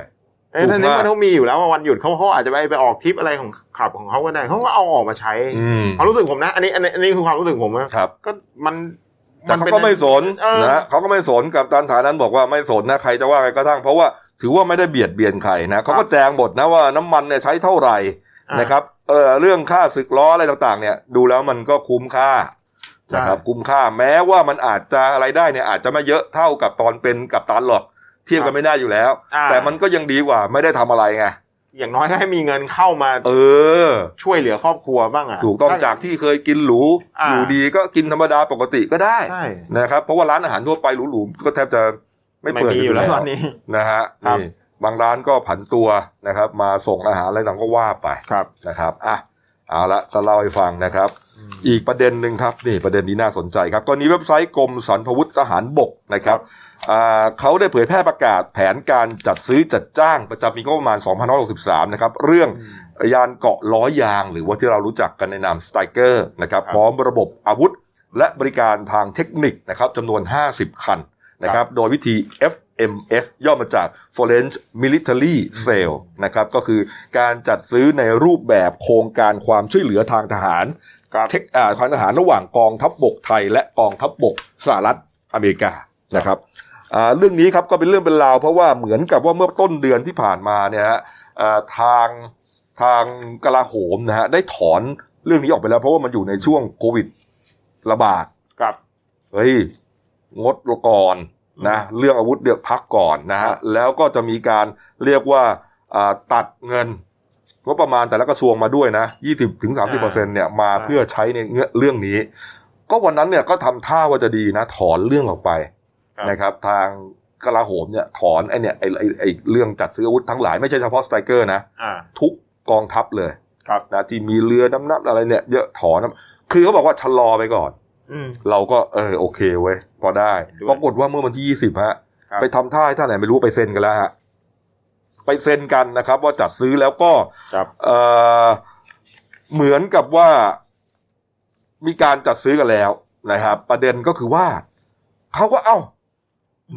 [SPEAKER 2] เอ้ย
[SPEAKER 1] ถูก
[SPEAKER 2] ถ้านี้
[SPEAKER 1] มาก
[SPEAKER 2] มันเขามีอยู่แล้วว่าวันหยุดเขาเขาอาจจะไปไปออกทริปอะไรของขับของเขาก็ได้เขาก็เอาออกมาใช้
[SPEAKER 1] อืม
[SPEAKER 2] ความรู้สึกผมนะ อันนี้อันนี้อันนี้คือความรู้สึกผมนะครับ ก็มัน
[SPEAKER 1] แต่เขา
[SPEAKER 2] ป็
[SPEAKER 1] ก็ไม่สน
[SPEAKER 2] เออ
[SPEAKER 1] นะเขาก็ไม่สนกับตานฐานนั้นบอกว่าไม่สนนะใครจะว่าใครก็ทั้งเพราะว่าถือว่าไม่ได้เบียดเบียนใครนะเขาก็แจงหมดนะว่าน้ำมันเนี่ยใช้เท่าไหร่
[SPEAKER 2] อ่
[SPEAKER 1] นะครับเออเรื่องค่าศึกล้ออะไรต่างๆ เนี่ยดูแล้วมันก็คุ้มค่านะครับคุ้มค่าแม้ว่ามันอาจจะอะไรายได้เนี่ยอาจจะไม่เยอะเท่ากับตอนเป็นกับตันหรอก เทียบกันไม่ได้อยู่แล้ว
[SPEAKER 2] อ่า
[SPEAKER 1] แต่มันก็ยังดีกว่าไม่ได้ทำอะไรไง
[SPEAKER 2] อย่างน้อยก็ให้มีเงินเข้ามา
[SPEAKER 1] เออ
[SPEAKER 2] ช่วยเหลือครอบครัวบ้างอ่ะ
[SPEAKER 1] ถูกต้องจากที่เคยกินหรู
[SPEAKER 2] อ่า
[SPEAKER 1] อยู่ดีก็กินธรรมดาปกติก็ได้
[SPEAKER 2] ใช่
[SPEAKER 1] นะครับเพราะว่าร้านอาหารทั่วไปหรูๆก็แทบจะไม่
[SPEAKER 2] ไม่
[SPEAKER 1] เปิด
[SPEAKER 2] มีอยู่แล้วตอนนี้
[SPEAKER 1] นะฮะ
[SPEAKER 2] ครับ
[SPEAKER 1] นี่บางร้านก็ผันตัวนะครับ มาส่งอาหารอะไรต่างก็ว่าไป
[SPEAKER 2] ครับ
[SPEAKER 1] นะครับอ่ะเอาละจะเล่าให้ฟังนะครับ
[SPEAKER 2] อื
[SPEAKER 1] อีกประเด็นหนึ่งครับนี่ประเด็นนี้น่าสนใจครับกรณีเว็บไซต์กรมสรรพาวุธทหารบกนะครับอ่าเขาได้เผยแพร่ประกาศแผนการจัดซื้อจัดจ้างประจำปีงบประมาณ2563นะครับเรื่องยานเกาะล้อยาง หรือว่าที่เรารู้จักกันในนามสไตรเกอร์นะครับ
[SPEAKER 2] ครับ
[SPEAKER 1] พร้อมระบบอาวุธ และบริการทางเทคนิคนะครับจำนวน 50 คันนะครับโดยวิธี FMS ย่อมาจาก Foreign Military Sale นะครับก็คือการจัดซื้อในรูปแบบโครงการความช่วยเหลือทางทหาร
[SPEAKER 2] ครับ
[SPEAKER 1] เทคอ่าความทหารระหว่างกองทัพบกไทย และกองทัพบกสหรัฐอเมริกานะครับอ่าเรื่องนี้ครับก็เป็นเรื่องเป็นราวเพราะว่าเหมือนกับว่าเมื่อต้นเดือนที่ผ่านมาเนี่ยฮะอ่าทางทางกลาโหมนะฮะได้ถอนเรื่องนี้ออกไปแล้วเพราะว่ามันอยู่ในช่วงโควิดระบาด
[SPEAKER 2] ครับ
[SPEAKER 1] เฮ้ย งดก่อนนะเรื่องอาวุธเดือกพักก่อนนะ
[SPEAKER 2] ครั
[SPEAKER 1] ฮะ
[SPEAKER 2] บ
[SPEAKER 1] แล้วก็จะมีการเรียกว่าอ่าตัดเงินงบประมาณแต่ละกระทรวงมาด้วยนะ 20ถึง30เปอร์เซ็นเนี่ยมาเพื่อใช้ในเรื่องนี้ ก็วันนั้นเนี่ยก็ทำท่าว่าจะดีนะ ถอนเรื่องออกไป
[SPEAKER 2] ครับ
[SPEAKER 1] นะครับ ทางกลาโหมเนี่ยถอนไอเนี่ยไอไอ้ไอเรื่องจัดซื้ออาวุธทั้งหลายไม่ใช่เฉพาะสไตรเกอร์นะ
[SPEAKER 2] อ่า
[SPEAKER 1] ทุกกองทัพเลย
[SPEAKER 2] ครับ
[SPEAKER 1] นะที่มีเรือดำน้ำอะไรเนี่ยเยอะถอนนะคือเขาบอกว่าชะลอไปก่อน
[SPEAKER 2] อืม
[SPEAKER 1] เราก็เออโอเคเว้ยพอได้
[SPEAKER 2] เห็นด้วย
[SPEAKER 1] ปรากฏว่าเมื่อวันที่ยี่สิบฮะ
[SPEAKER 2] ครับ
[SPEAKER 1] ไปทำท่าให้ท่านไหนไม่รู้ไปเซ็นกันแล้วฮะไปเซ็นกันนะครับ ว่าจัดซื้อแล้วก็
[SPEAKER 2] ครับ
[SPEAKER 1] เออเหมือนกับว่ามีการจัดซื้อกันแล้วนะครับ ประเด็นก็คือว่าเขาก็เอ้า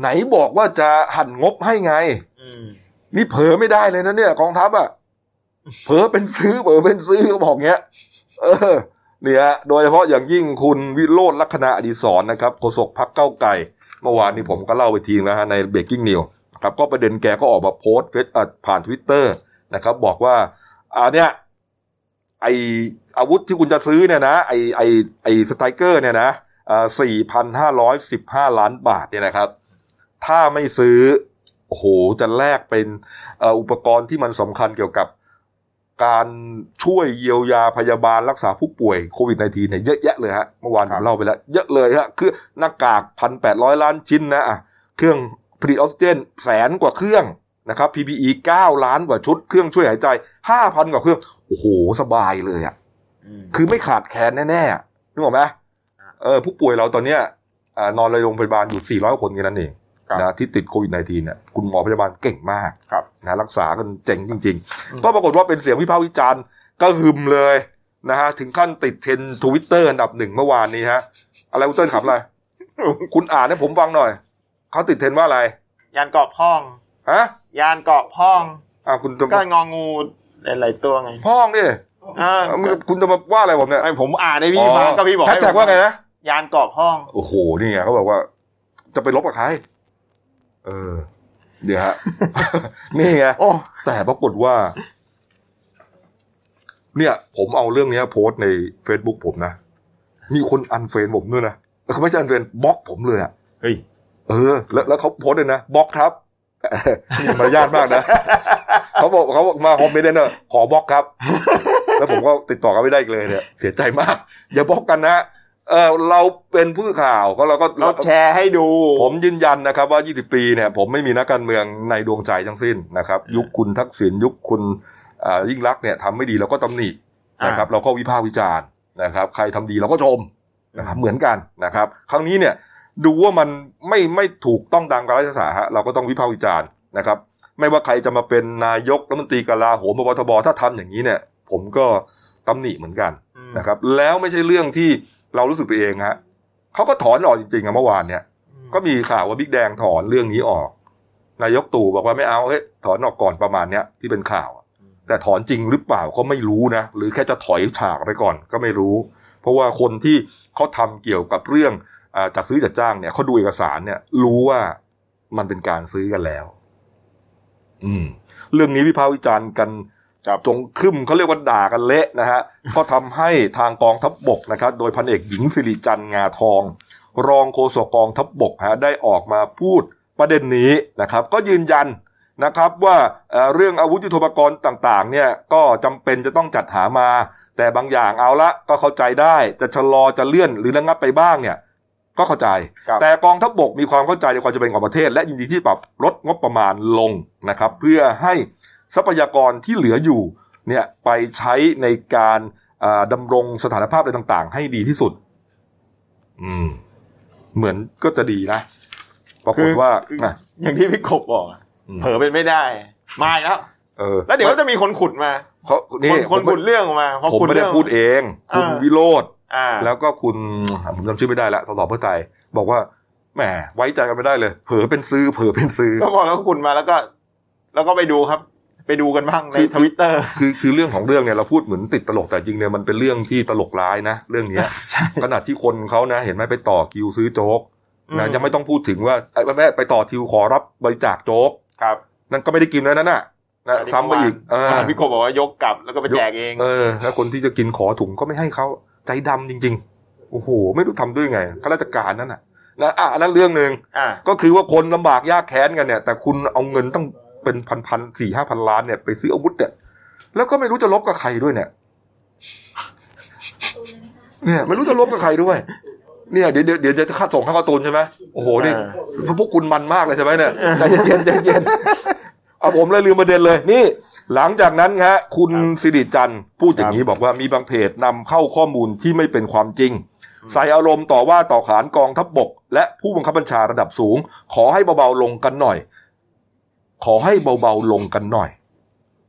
[SPEAKER 1] ไหนบอกว่าจะหั่นงบให้ไง
[SPEAKER 2] อืม
[SPEAKER 1] นี่เผลอไม่ได้เลยนะเนี่ยกองทัพอะเผลอเป็นซื้อเผลอเป็นซื้อก็บอกเงี้ย เออเนี่ยโดยเฉพาะอย่างยิ่งคุณวิโรจน์ลักษณะอดีศรนะครับโฆษกพักเก้าวไก่ เมื่อวานนี้ผมก็เล่าไปทีนึงแล้วฮะในเบรกิ้งนิวครับ ก็ประเด็นแกก็ออกมาโพสต์เฟซอ่ะผ่านทวิตเตอร์นะครับ บอกว่าอ่าเนี่ยไออาวุธที่คุณจะซื้อเนี่ยนะ ไอไอไอสไตรเกอร์เนี่ยนะอ่าสี่พันห้าร้อยสิบห้าล้านบาทเนี่ยนะครับ ถ้าไม่ซื้อ โอ้โห จะแลกเป็นเอ่ออุปกรณ์ที่มันสำคัญเกี่ยวกับการช่วยเยียวยาพยาบาลรักษาผู้ป่วยโควิด -19 เนี่ยเยอะแยะเลยฮะ เมื่อวานผ
[SPEAKER 2] ครับ
[SPEAKER 1] มเล่าไปแล้ว เยอะเลยฮะ คือหน้ากากพันแปดร้อยล้านชิ้นนะอ่ะเครื่องพรีออกซิเจนแสนกว่าเครื่องนะครับ PPE 9 ล้านกว่าชุด เครื่องช่วยหายใจ 5,000 กว่าเครื่อง โอ้โห สบายเลยอ่ะ
[SPEAKER 2] อืม
[SPEAKER 1] คือไม่ขาดแคลนแน่ๆอะนึกออกไหมเออผู้ป่วยเราตอนเนี้ยอ่านอนในโรงพยาบาลอยู่ 400 คนแค่นั้นเอง
[SPEAKER 2] ครับ
[SPEAKER 1] นะที่ติดโควิด -19 เนี่ยคุณหมอพยาบาลเก่งมาก
[SPEAKER 2] ครับ
[SPEAKER 1] นะรักษากันเจ๋งจริง
[SPEAKER 2] อืม
[SPEAKER 1] ๆ ก็ปรากฏว่าเป็นเสียงวิพากษ์วิจารณ์ก็หึมเลยนะฮะถึงขั้นติดเทรนทวิตเตอร์อันดับหนึ่งเมื่อวานนี้ฮะ อะไรคุณเติ้ลขำอะไร คุณอ่านให้ผมฟังหน่อย เขาติดเทรนว่าอะไร
[SPEAKER 2] ยานเกาะพอง
[SPEAKER 1] ฮะ
[SPEAKER 2] ยานเกาะพอง
[SPEAKER 1] อ่าวคุณจะ
[SPEAKER 2] ก็
[SPEAKER 1] มาง
[SPEAKER 2] องูหลายๆตัวไง
[SPEAKER 1] พ้องดิ
[SPEAKER 2] เออ
[SPEAKER 1] เอ้าคุณจะมาว่าอะไรผมเนี่ย
[SPEAKER 2] ไอผมอ่านให้พี่ฟังก็พี่บอก
[SPEAKER 1] แฮช
[SPEAKER 2] ให้
[SPEAKER 1] แท็กว่าไงนะ
[SPEAKER 2] ยานเกาะพอง
[SPEAKER 1] โอ้โห นี่ไงเขาบอกว่า จะไปลบกับใคร เออ เดี๋ยวฮะ *laughs* นี่ไง
[SPEAKER 2] โอ้
[SPEAKER 1] แต่ปรากฏว่า เนี่ย ผมเอาเรื่องเนี้ย โพสต์ใน Facebook ผมนะ มีคนอันเฟรนผมด้วยนะเขาไม่ใช่อันเฟรนบล็อกผมเลยอะ
[SPEAKER 2] เฮ้ย
[SPEAKER 1] เออ แล้วแล้วเขาโพสต์เลยนะบล็อกครับ *laughs* เออมีมารยาทมากนะ *laughs* เขาบอกเขาบอกมาคอมเมนต์เนี่ยนะขอบล็อกครับ *laughs* แล้วผมก็ติดต่อกันไม่ได้อีกเลยเนี่ย เสียใจมาก อย่าบล็อกกันนะเออเราเป็นผู้ข่าวก็เราก็
[SPEAKER 2] เราแชร์ให้ดู
[SPEAKER 1] ผมยืนยันนะครับว่า 20 ปีเนี่ย ผมไม่มีนักการเมืองในดวงใจทั้งสิ้นนะครับ ยุคคุณทักษิณยุคคุณเอ่อยิ่งรักษณ์เนี่ยทำไม่ดีเราก็ตำหนินะครับ เราก็วิพากษ์วิจารณ์นะครับ ใครทำดีเราก็ชมนะครับเหมือนกันนะครับ ครั้งนี้เนี่ยดูว่ามันไม่ไม่ถูกต้องตามกาลเทศะฮะเราก็ต้องวิพากษ์วิจารณ์นะครับ ไม่ว่าใครจะมาเป็นนายกรัฐมนตรีกลาโหมพบทบถ้าทำอย่างนี้เนี่ย ผมก็ตำหนิเหมือนกัน
[SPEAKER 2] อืม
[SPEAKER 1] นะครับแล้วไม่ใช่เรื่องที่เรารู้สึกไปเองฮะเขาก็ถอนออกจริงๆอะเมื่อวานเนี่ย
[SPEAKER 2] อืม
[SPEAKER 1] ก็มีข่าวว่าบิ๊กแดงถอนเรื่องนี้ออก นายกตู่บอกว่าไม่เอาเฮ้ยถอนออกก่อนประมาณเนี้ยที่เป็นข่าวอะแต่ถอนจริงหรือเปล่าก็ไม่รู้นะ หรือแค่จะถอยฉากไปก่อนก็ไม่รู้ เพราะว่าคนที่เขาทำเกี่ยวกับเรื่องอาจัดซื้อจัดจ้างเนี่ยเขาดูเอกสารเนี่ยรู้ว่ามันเป็นการซื้อกันแล้ว อืม เรื่องนี้วิพากษ์วิจารณ์กันจงครึมเขาเรียกว่าด่ากันเละนะฮะ ก็ทำให้ทางกองทัพบบกนะครับ โดยพันเอกหญิงสิริจันทร์งาทอง รองโฆษกกองทัพบบกฮะได้ออกมาพูดประเด็นนี้นะครับ ก็ยืนยันนะครับว่าเอ่อเรื่องอาวุธยุทโธปกรณ์ต่างๆ เนี่ยก็จำเป็นจะต้องจัดหามา แต่บางอย่างเอาละก็เข้าใจได้จะชะลอจะเลื่อนหรือระงับไปบ้างเนี่ย ก็เข้าใจ
[SPEAKER 2] ครับ
[SPEAKER 1] แต่กองทัพบบกมีความเข้าใจในความจำเป็นของประเทศ และยินดีที่ปรับลดงบประมาณลงนะครับ เพื่อให้ทรัพยากรที่เหลืออยู่เนี่ยไปใช้ในการ อ่าดำรงสถานภาพอะไรต่าง ๆ ให้ดีที่สุด อืม เหมือนก็จะดีนะปรากฏว่า
[SPEAKER 2] คือ
[SPEAKER 1] น่ะ
[SPEAKER 2] อย่างที่พี่กบบอกอะ
[SPEAKER 1] อืม
[SPEAKER 2] เผลอเป็นไม่ได้มาอีกแล้ว
[SPEAKER 1] เออ
[SPEAKER 2] แล้วเดี๋ยวก็จะมีคนขุดมา
[SPEAKER 1] เขานี่
[SPEAKER 2] คนคน
[SPEAKER 1] ผมไม่
[SPEAKER 2] ขุดเรื่องออกมาพอ
[SPEAKER 1] ผม
[SPEAKER 2] ขุด
[SPEAKER 1] ไม่ได้
[SPEAKER 2] เรื่อง
[SPEAKER 1] พูดเอง คุณ
[SPEAKER 2] อ่า
[SPEAKER 1] วิโรธ
[SPEAKER 2] อ่า
[SPEAKER 1] แล้วก็คุณผมจำชื่อไม่ได้ละสสเพื่อไทย บอกว่าแหมไว้ใจกันไม่ได้เลย เผลอเป็นซื้อเผลอเป็นซื้อ
[SPEAKER 2] *laughs* ก็บอกแล้วคุณมาแล้วก็ แล้วก็ไปดูครับ ไปดูกันบ้างใน
[SPEAKER 1] คือ
[SPEAKER 2] ทวิตเตอร์ *laughs*
[SPEAKER 1] คือคือเรื่องของเรื่องเนี่ยเราพูดเหมือนติดตลกแต่จริงเนี่ยมันเป็นเรื่องที่ตลกร้ายนะ เรื่องเนี้ย
[SPEAKER 2] *laughs*
[SPEAKER 1] ขนาดที่คนเขานะ เห็นไหมไปต่อคิวซื้อโจ๊กนะ
[SPEAKER 2] อืม
[SPEAKER 1] ยังไม่ต้องพูดถึงว่าไอ้แม่ไปต่อคิวขอรับบริจาคโจ๊ก
[SPEAKER 2] ครับ
[SPEAKER 1] นั่นก็ไม่ได้กินแล้วนั่นน่ะนะ
[SPEAKER 2] อันนี้
[SPEAKER 1] ซ้ำไปอีกเออ
[SPEAKER 2] พี่กบบอกว่ายกกลับแล้วก็ไปแจกเอง
[SPEAKER 1] เออ แล้วคนที่จะกินขอถุงก็ไม่ให้เขาใจดำจริง ๆ โอ้โห ไม่รู้ทำด้วยไงข้าราชการนั่นน่ะนะอ่ะอันนั้นเรื่องหนึ่ง
[SPEAKER 2] อ่า
[SPEAKER 1] ก็คือว่าคนลำบากยากแค้นกันเนี่ย แต่คุณเอาเงินต้องเป็นพันพันๆสี่ห้าพันล้านเนี่ยไปซื้ออาวุธเนี่ยแล้วก็ไม่รู้จะลบกับใครด้วย *laughs* เนี่ย เนี่ยไม่รู้จะลบกับใครด้วย เนี่ยเดี๋ยวเดี๋ยวเดี๋ยวจะค่าส่งค่าการ์ตูนใช่ไหมโอ้โหนี่พวกคุณมันมากเลยใช่ไหม *laughs* เนี่ยใจเย็นใจเย็นเอาผมเลยลืมประเด็นเลย นี่ หลังจากนั้นฮะคุณสิริจันทร์พูดอย่างนี้บอกว่ามีบางเพจนำเข้าข้อมูลที่ไม่เป็นความจริง ใส่อารมณ์ต่อว่าต่อขานกองทัพบบก และผู้บังคับบัญชาระดับสูง ขอให้เบาๆลงกันหน่อย ขอให้เบาๆลงกันหน่อย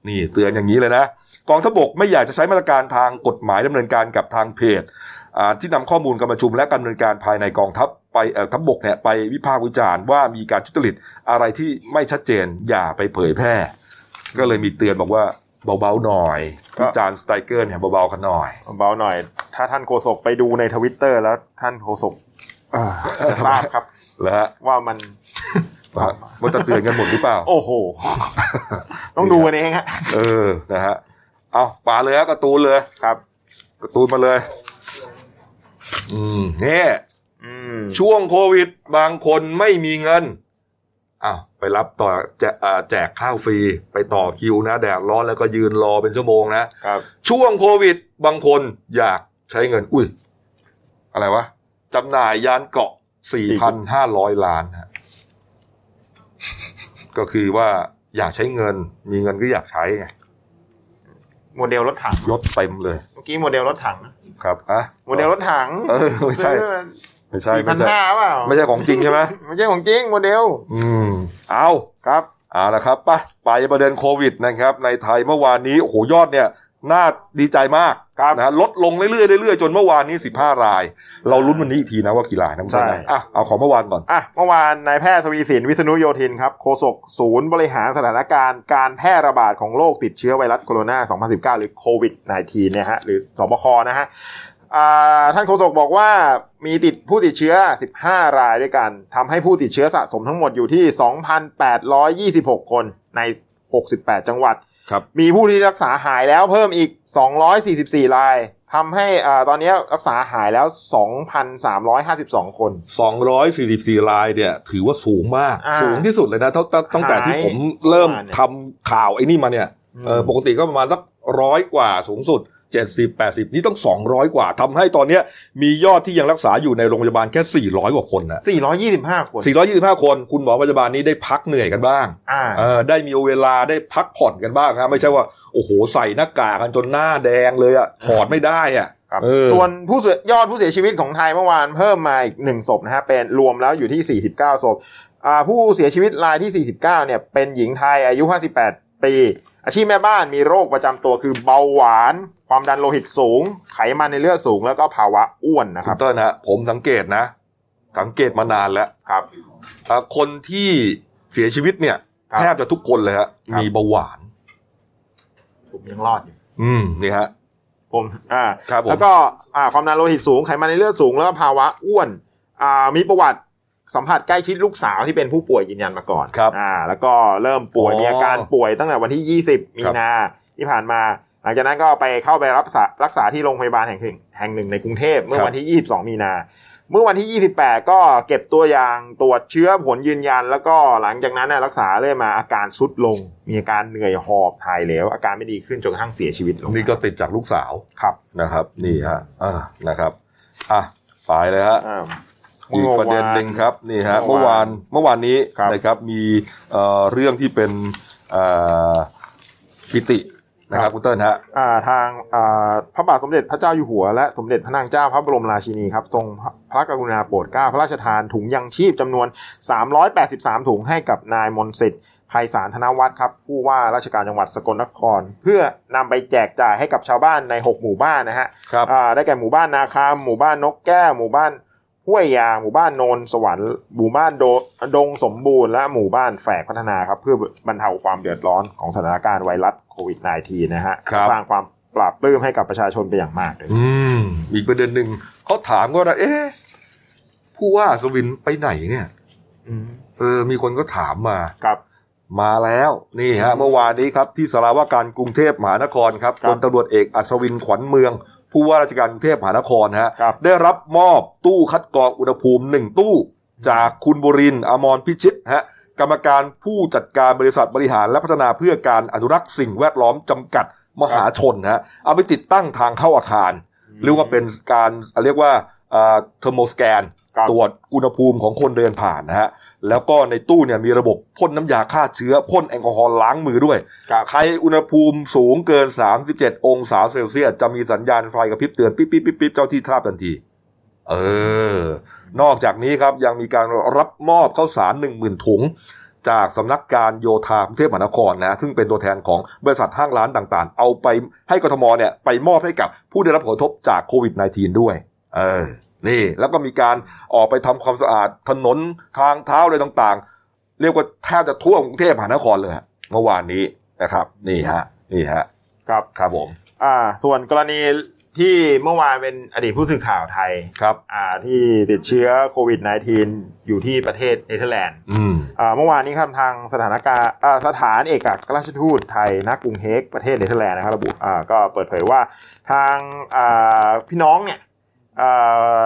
[SPEAKER 1] นี่เตือนอย่างนี้เลยนะกองทัพบกไม่อยากจะใช้มาตรการทางกฎหมายดำเนินการกับทางเพจอ่าที่นำข้อมูลการประชุมและการดำเนินการภายในกองทัพไปเอ่อทัพบกเนี่ยไปวิพากษ์วิจารณ์ว่ามีการทุจริตอะไรที่ไม่ชัดเจนอย่าไปเผยแพร่ ก็เลยมีเตือนบอกว่าเบาๆหน่อยวิจารณ์สไตรเกอร์เนี่ยเบาๆกันหน่อย
[SPEAKER 2] เบาหน่อย ถ้าท่านโฆษกไปดูในทวิตเตอร์แล้วท่านโฆษกอ่าจะทราบครับ
[SPEAKER 1] แล้วฮะ
[SPEAKER 2] ว่ามัน
[SPEAKER 1] ว่าว่าจะเตือนกันหมดหรือเปล่า
[SPEAKER 2] โอ้โห *laughs* ต้องดูกันเองฮะ
[SPEAKER 1] เออ นะฮะ เอาป่าเลยฮะการ์ตูนเลย
[SPEAKER 2] ครับ
[SPEAKER 1] การ์ตูนมาเลย อืมนี่
[SPEAKER 2] อืม
[SPEAKER 1] ช่วงโควิด บางคนไม่มีเงิน อ้าว ไปรับต่อแจกอ่าแจกข้าวฟรี ไปต่อคิวนะ แดดร้อนแล้วก็ยืนรอเป็นชั่วโมงนะ
[SPEAKER 2] ครับ
[SPEAKER 1] ช่วงโควิด บางคนอยากใช้เงิน อุ้ย อะไรวะ จำหน่ายยานเกาะ 4,500 ล้านฮะ ก็คือว่าอยากใช้เงิน มีเงินก็อยากใช้ไง
[SPEAKER 2] โมเดลรถถัง
[SPEAKER 1] ยศเต็มเลย
[SPEAKER 2] เมื่อกี้โมเดลรถถังนะครับ
[SPEAKER 1] อ่ะ
[SPEAKER 2] โมเดลรถถัง
[SPEAKER 1] เออ ไม่ใช่ ไม่ใช่
[SPEAKER 2] สี่พั
[SPEAKER 1] ไม่
[SPEAKER 2] น
[SPEAKER 1] ใช่
[SPEAKER 2] ห้าเปล่า
[SPEAKER 1] ไม่ใช่ของจริงใช่ไหม
[SPEAKER 2] ไม่ใช่ของจริงโมเดล
[SPEAKER 1] อืม เอา
[SPEAKER 2] ครับ
[SPEAKER 1] เอาละครับไปไปประเด็นโควิดนะครับ ในไทยเมื่อวานนี้ โอ้โห ยอดเนี่ย น่าดีใจมาก
[SPEAKER 2] ครับ
[SPEAKER 1] นะฮะลดลงเรื่อยๆเรื่อยๆ จนเมื่อวานนี้ 15 ราย เราลุ้นวันนี้อีกทีนะว่ากี่รายนะคุณชนะอ่ะ เอาของเมื่อวานก่อน
[SPEAKER 2] อ่ะเมื่อวานนายแพทย์ทวีสินวิษณุโยธินครับโฆษกศูนย์บริหารสถานการณ์การแพร่ระบาดของโรคติดเชื้อไวรัสโคโรนา 2019 หรือโควิด -19 เนี่ยฮะหรือสบคนะฮะอ่าท่านโฆษกบอกว่ามีติดผู้ติดเชื้อ 15 รายด้วยกันทำให้ผู้ติดเชื้อสะสมทั้งหมดอยู่ที่ 2,826 คนใน 68 จังหวัด
[SPEAKER 1] ครับ
[SPEAKER 2] มีผู้ที่รักษาหายแล้วเพิ่มอีก 244 รายทำให้อ่าตอนนี้รักษาหายแล้ว 2,352 คน
[SPEAKER 1] 244รายเนี่ย ถือว่าสูงมาก
[SPEAKER 2] อ่า
[SPEAKER 1] สูงที่สุดเลยนะตั้งตั้งตั้งแต่
[SPEAKER 2] หาย
[SPEAKER 1] ที่ผมเริ่ม
[SPEAKER 2] ประมาณเนี่ย
[SPEAKER 1] ทำข่าวไอ้นี่มาเนี่ยเออ
[SPEAKER 2] ม
[SPEAKER 1] ปกติก็ประมาณสักร้อยกว่าสูงสุด 70 80 นี่ต้อง 200 กว่าทำให้ตอนเนี้ยมียอดที่ยังรักษาอยู่ในโรงพยาบาลแค่ 400 กว่าคนนะ
[SPEAKER 2] 425 คน
[SPEAKER 1] 425 คนคุณหมอพยาบาลนี้ได้พักเหนื่อยกันบ้าง
[SPEAKER 2] อ่า
[SPEAKER 1] เออได้มีเวลาได้พักผ่อนกันบ้างนะไม่ใช่ว่าโอ้โหใส่หน้ากากกันจนหน้าแดงเลยอะถอดไม่ได้อะ
[SPEAKER 2] ครับ
[SPEAKER 1] เออ
[SPEAKER 2] ส่วนผู้เสียยอดผู้เสียชีวิตของไทยเมื่อวานเพิ่มมาอีกหนึ่งศพนะฮะเป็นรวมแล้วอยู่ที่ 49 ศพอ่าผู้เสียชีวิตรายที่ 49 เนี่ยเป็นหญิงไทยอายุ 58 ปี อาชีพแม่บ้านมีโรคประจำตัวคือเบาหวาน ความดันโลหิตสูง ไขมันในเลือดสูงแล้วก็ภาวะอ้วนนะค
[SPEAKER 1] คุ
[SPEAKER 2] รั
[SPEAKER 1] ณ
[SPEAKER 2] บ
[SPEAKER 1] เต้ลนะผมสังเกตนะ สังเกตมานานแล้ว
[SPEAKER 2] ครับ
[SPEAKER 1] อ่ะคนที่เสียชีวิตเนี่ย
[SPEAKER 2] ครับ
[SPEAKER 1] แทบจะทุกคนเลยฮะ
[SPEAKER 2] ครับ
[SPEAKER 1] มีเบาหวาน
[SPEAKER 2] ผมยังรอดอยู่
[SPEAKER 1] อืมนี่ฮะ
[SPEAKER 2] ผมอ่า
[SPEAKER 1] ครับผม
[SPEAKER 2] แล้วก็อ่าความดันโลหิตสูงไขมันในเลือดสูง แล้วก็ภาวะอ้วนอ่ามีประวัติสัมผัสใกล้ชิดลูกสาวที่เป็นผู้ป่วยยืนยันมาก่อน
[SPEAKER 1] ครับ
[SPEAKER 2] อ่าแล้วก็เริ่มป่วย
[SPEAKER 1] อ๋อ
[SPEAKER 2] มีอาการป่วยตั้งแต่วันที่ 20 มี
[SPEAKER 1] ครับ
[SPEAKER 2] นาที่ผ่านมา หลังจากนั้นก็ไปเข้าไปรับษารักษาที่โรงพยาบาลแห่งหนึ่งแห่งหนึ่งในกรุงเทพเมื่อวันที่ 22 มีนา เมื่อวันที่ 28 ก็เก็บตัวอย่างตรวจเชื้อผลยืนยัน แล้วก็หลังจากนั้นน่ะรักษาเรื่อยมาอาการทรุดลง มีอาการเหนื่อยหอบถ่ายเหลวอาการไม่ดีขึ้นจนกระทั่งเสียชีวิตลง
[SPEAKER 1] นี่ก็ติดจากลูกสาว
[SPEAKER 2] ครับ
[SPEAKER 1] นะครับ นี่ฮะอ่านะครับอ่ะไปเลยฮะ
[SPEAKER 2] อ่า
[SPEAKER 1] อีกประเด็นหนึ่งครับนี่ฮะ
[SPEAKER 2] เมื่
[SPEAKER 1] เมื่อวาว
[SPEAKER 2] อาน น
[SPEAKER 1] เมื่อวานนี้
[SPEAKER 2] ครับ
[SPEAKER 1] นะครับ มีเอ่อเรื่องที่เป็นเอ่อปิติ นะครับคุณเติ้ลฮะ
[SPEAKER 2] อ่าทางอ่าพระบาทสมเด็จพระเจ้าอยู่หัวและสมเด็จพระนางเจ้าพระบรมราชินีครับทรงพระกรุณาโปรดเกล้าพระราชทานถุงยังชีพจำนวน 383 ถุงให้กับนายมนต์สิทธิ์ไพศาลธนวัฒน์ครับผู้ว่าราชการจังหวัดสกลนคร เพื่อนำไปแจกจ่ายให้กับชาวบ้านใน 6 หมู่บ้านนะฮะ
[SPEAKER 1] ครับ
[SPEAKER 2] อ่าได้แก่หมู่บ้านนาคามหมู่บ้านนกแก้วหมู่บ้านห้วยยางหมู่บ้านโนนสวรรค์หมู่บ้านโดดงสมบูรณ์และหมู่บ้านแฝกพัฒนาครับเพื่อบรรเทาความเดือดร้อนของสถานการณ์ไวรัสโควิด -19 นะฮะ
[SPEAKER 1] ครับ
[SPEAKER 2] สร้างความปราบปลื้มให้กับประชาชนเป็นอย่างมากเลย
[SPEAKER 1] อืม อีกประเด็นหนึ่งเขาถามก็ว่าเอ๊ะผู้ว่าสวินไปไหนเนี่ย เออ มีคนก็ถามมา
[SPEAKER 2] ครับ
[SPEAKER 1] มาแล้วนี่ฮะเมื่อวานนี้ครับที่สาราว่าการกรุงเทพมหานครครับ
[SPEAKER 2] ค
[SPEAKER 1] พ
[SPEAKER 2] รับ
[SPEAKER 1] ลตำรวจเอกอัศวินขวัญเมือง ผู้ว่าราชการกรุงเทพมหานครฮะ
[SPEAKER 2] ครับ
[SPEAKER 1] ได้รับมอบตู้คัดกรองอุณหภูมิหนึ่งตู้ จากคุณบุรินทร์อมรพิชิตฮะกรรมการผู้จัดการบริษัทบริหารและพัฒนาเพื่อการอนุรักษ์สิ่งแวดล้อมจำกัดมหาชนฮะเอาไปติดตั้งทางเข้าอาคาร เรียกว่าเป็นการเรียกว่าเทอร์โมสแกน
[SPEAKER 2] ครับ
[SPEAKER 1] ตรวจอุณหภูมิของคนเดินผ่านนะฮะ แล้วก็ในตู้เนี่ยมีระบบพ่นน้ำยาฆ่าเชื้อพ่นแอลกอฮอล์ล้างมือด้วย
[SPEAKER 2] ครับ
[SPEAKER 1] ใครอุณหภูมิสูงเกิน 37 องศาเซลเซียสจะมีสัญญาณไฟกระพริบเตือน ปิ๊บปิ๊บปิ๊บปิ๊บเจ้าที่ทราบทันที เออ นอกจากนี้ครับยังมีการรับมอบข้าวสาร 10,000 ถุง จากสำนักการโยธากรุงเทพมหานครนะซึ่งเป็นตัวแทนของบริษัทห้างร้านต่างๆ เอาไปให้กทมเนี่ยไปมอบให้กับผู้ได้รับผลกระทบจากโควิด -19 ด้วย เออ นี่ แล้วก็มีการออกไปทำความสะอาดถนนทางเท้าอะไรต่างๆ เรียกว่าแทบจะทั่วกรุงเทพมหานครเลยฮะเมื่อวานนี้นะครับ นี่ฮะ นี่ฮะ
[SPEAKER 2] ครับ
[SPEAKER 1] ครับผม
[SPEAKER 2] อ่าส่วนกรณีที่เมื่อวานเป็นอดีตผู้สื่อข่าวไทย
[SPEAKER 1] ครับ
[SPEAKER 2] อ่าที่ติดเชื้อโควิด -19 อยู่ที่ประเทศเนเธอร์แลนด์
[SPEAKER 1] อืม
[SPEAKER 2] อ่าเมื่อวานนี้ครับทางสถานการณ์อ่าสถานเอกอัครราชทูตไทยณกรุงเฮกประเทศเนเธอร์แลนด์นะครับระบุอ่าก็เปิดเผยว่าทางอ่าพี่น้องเนี่ยอ่า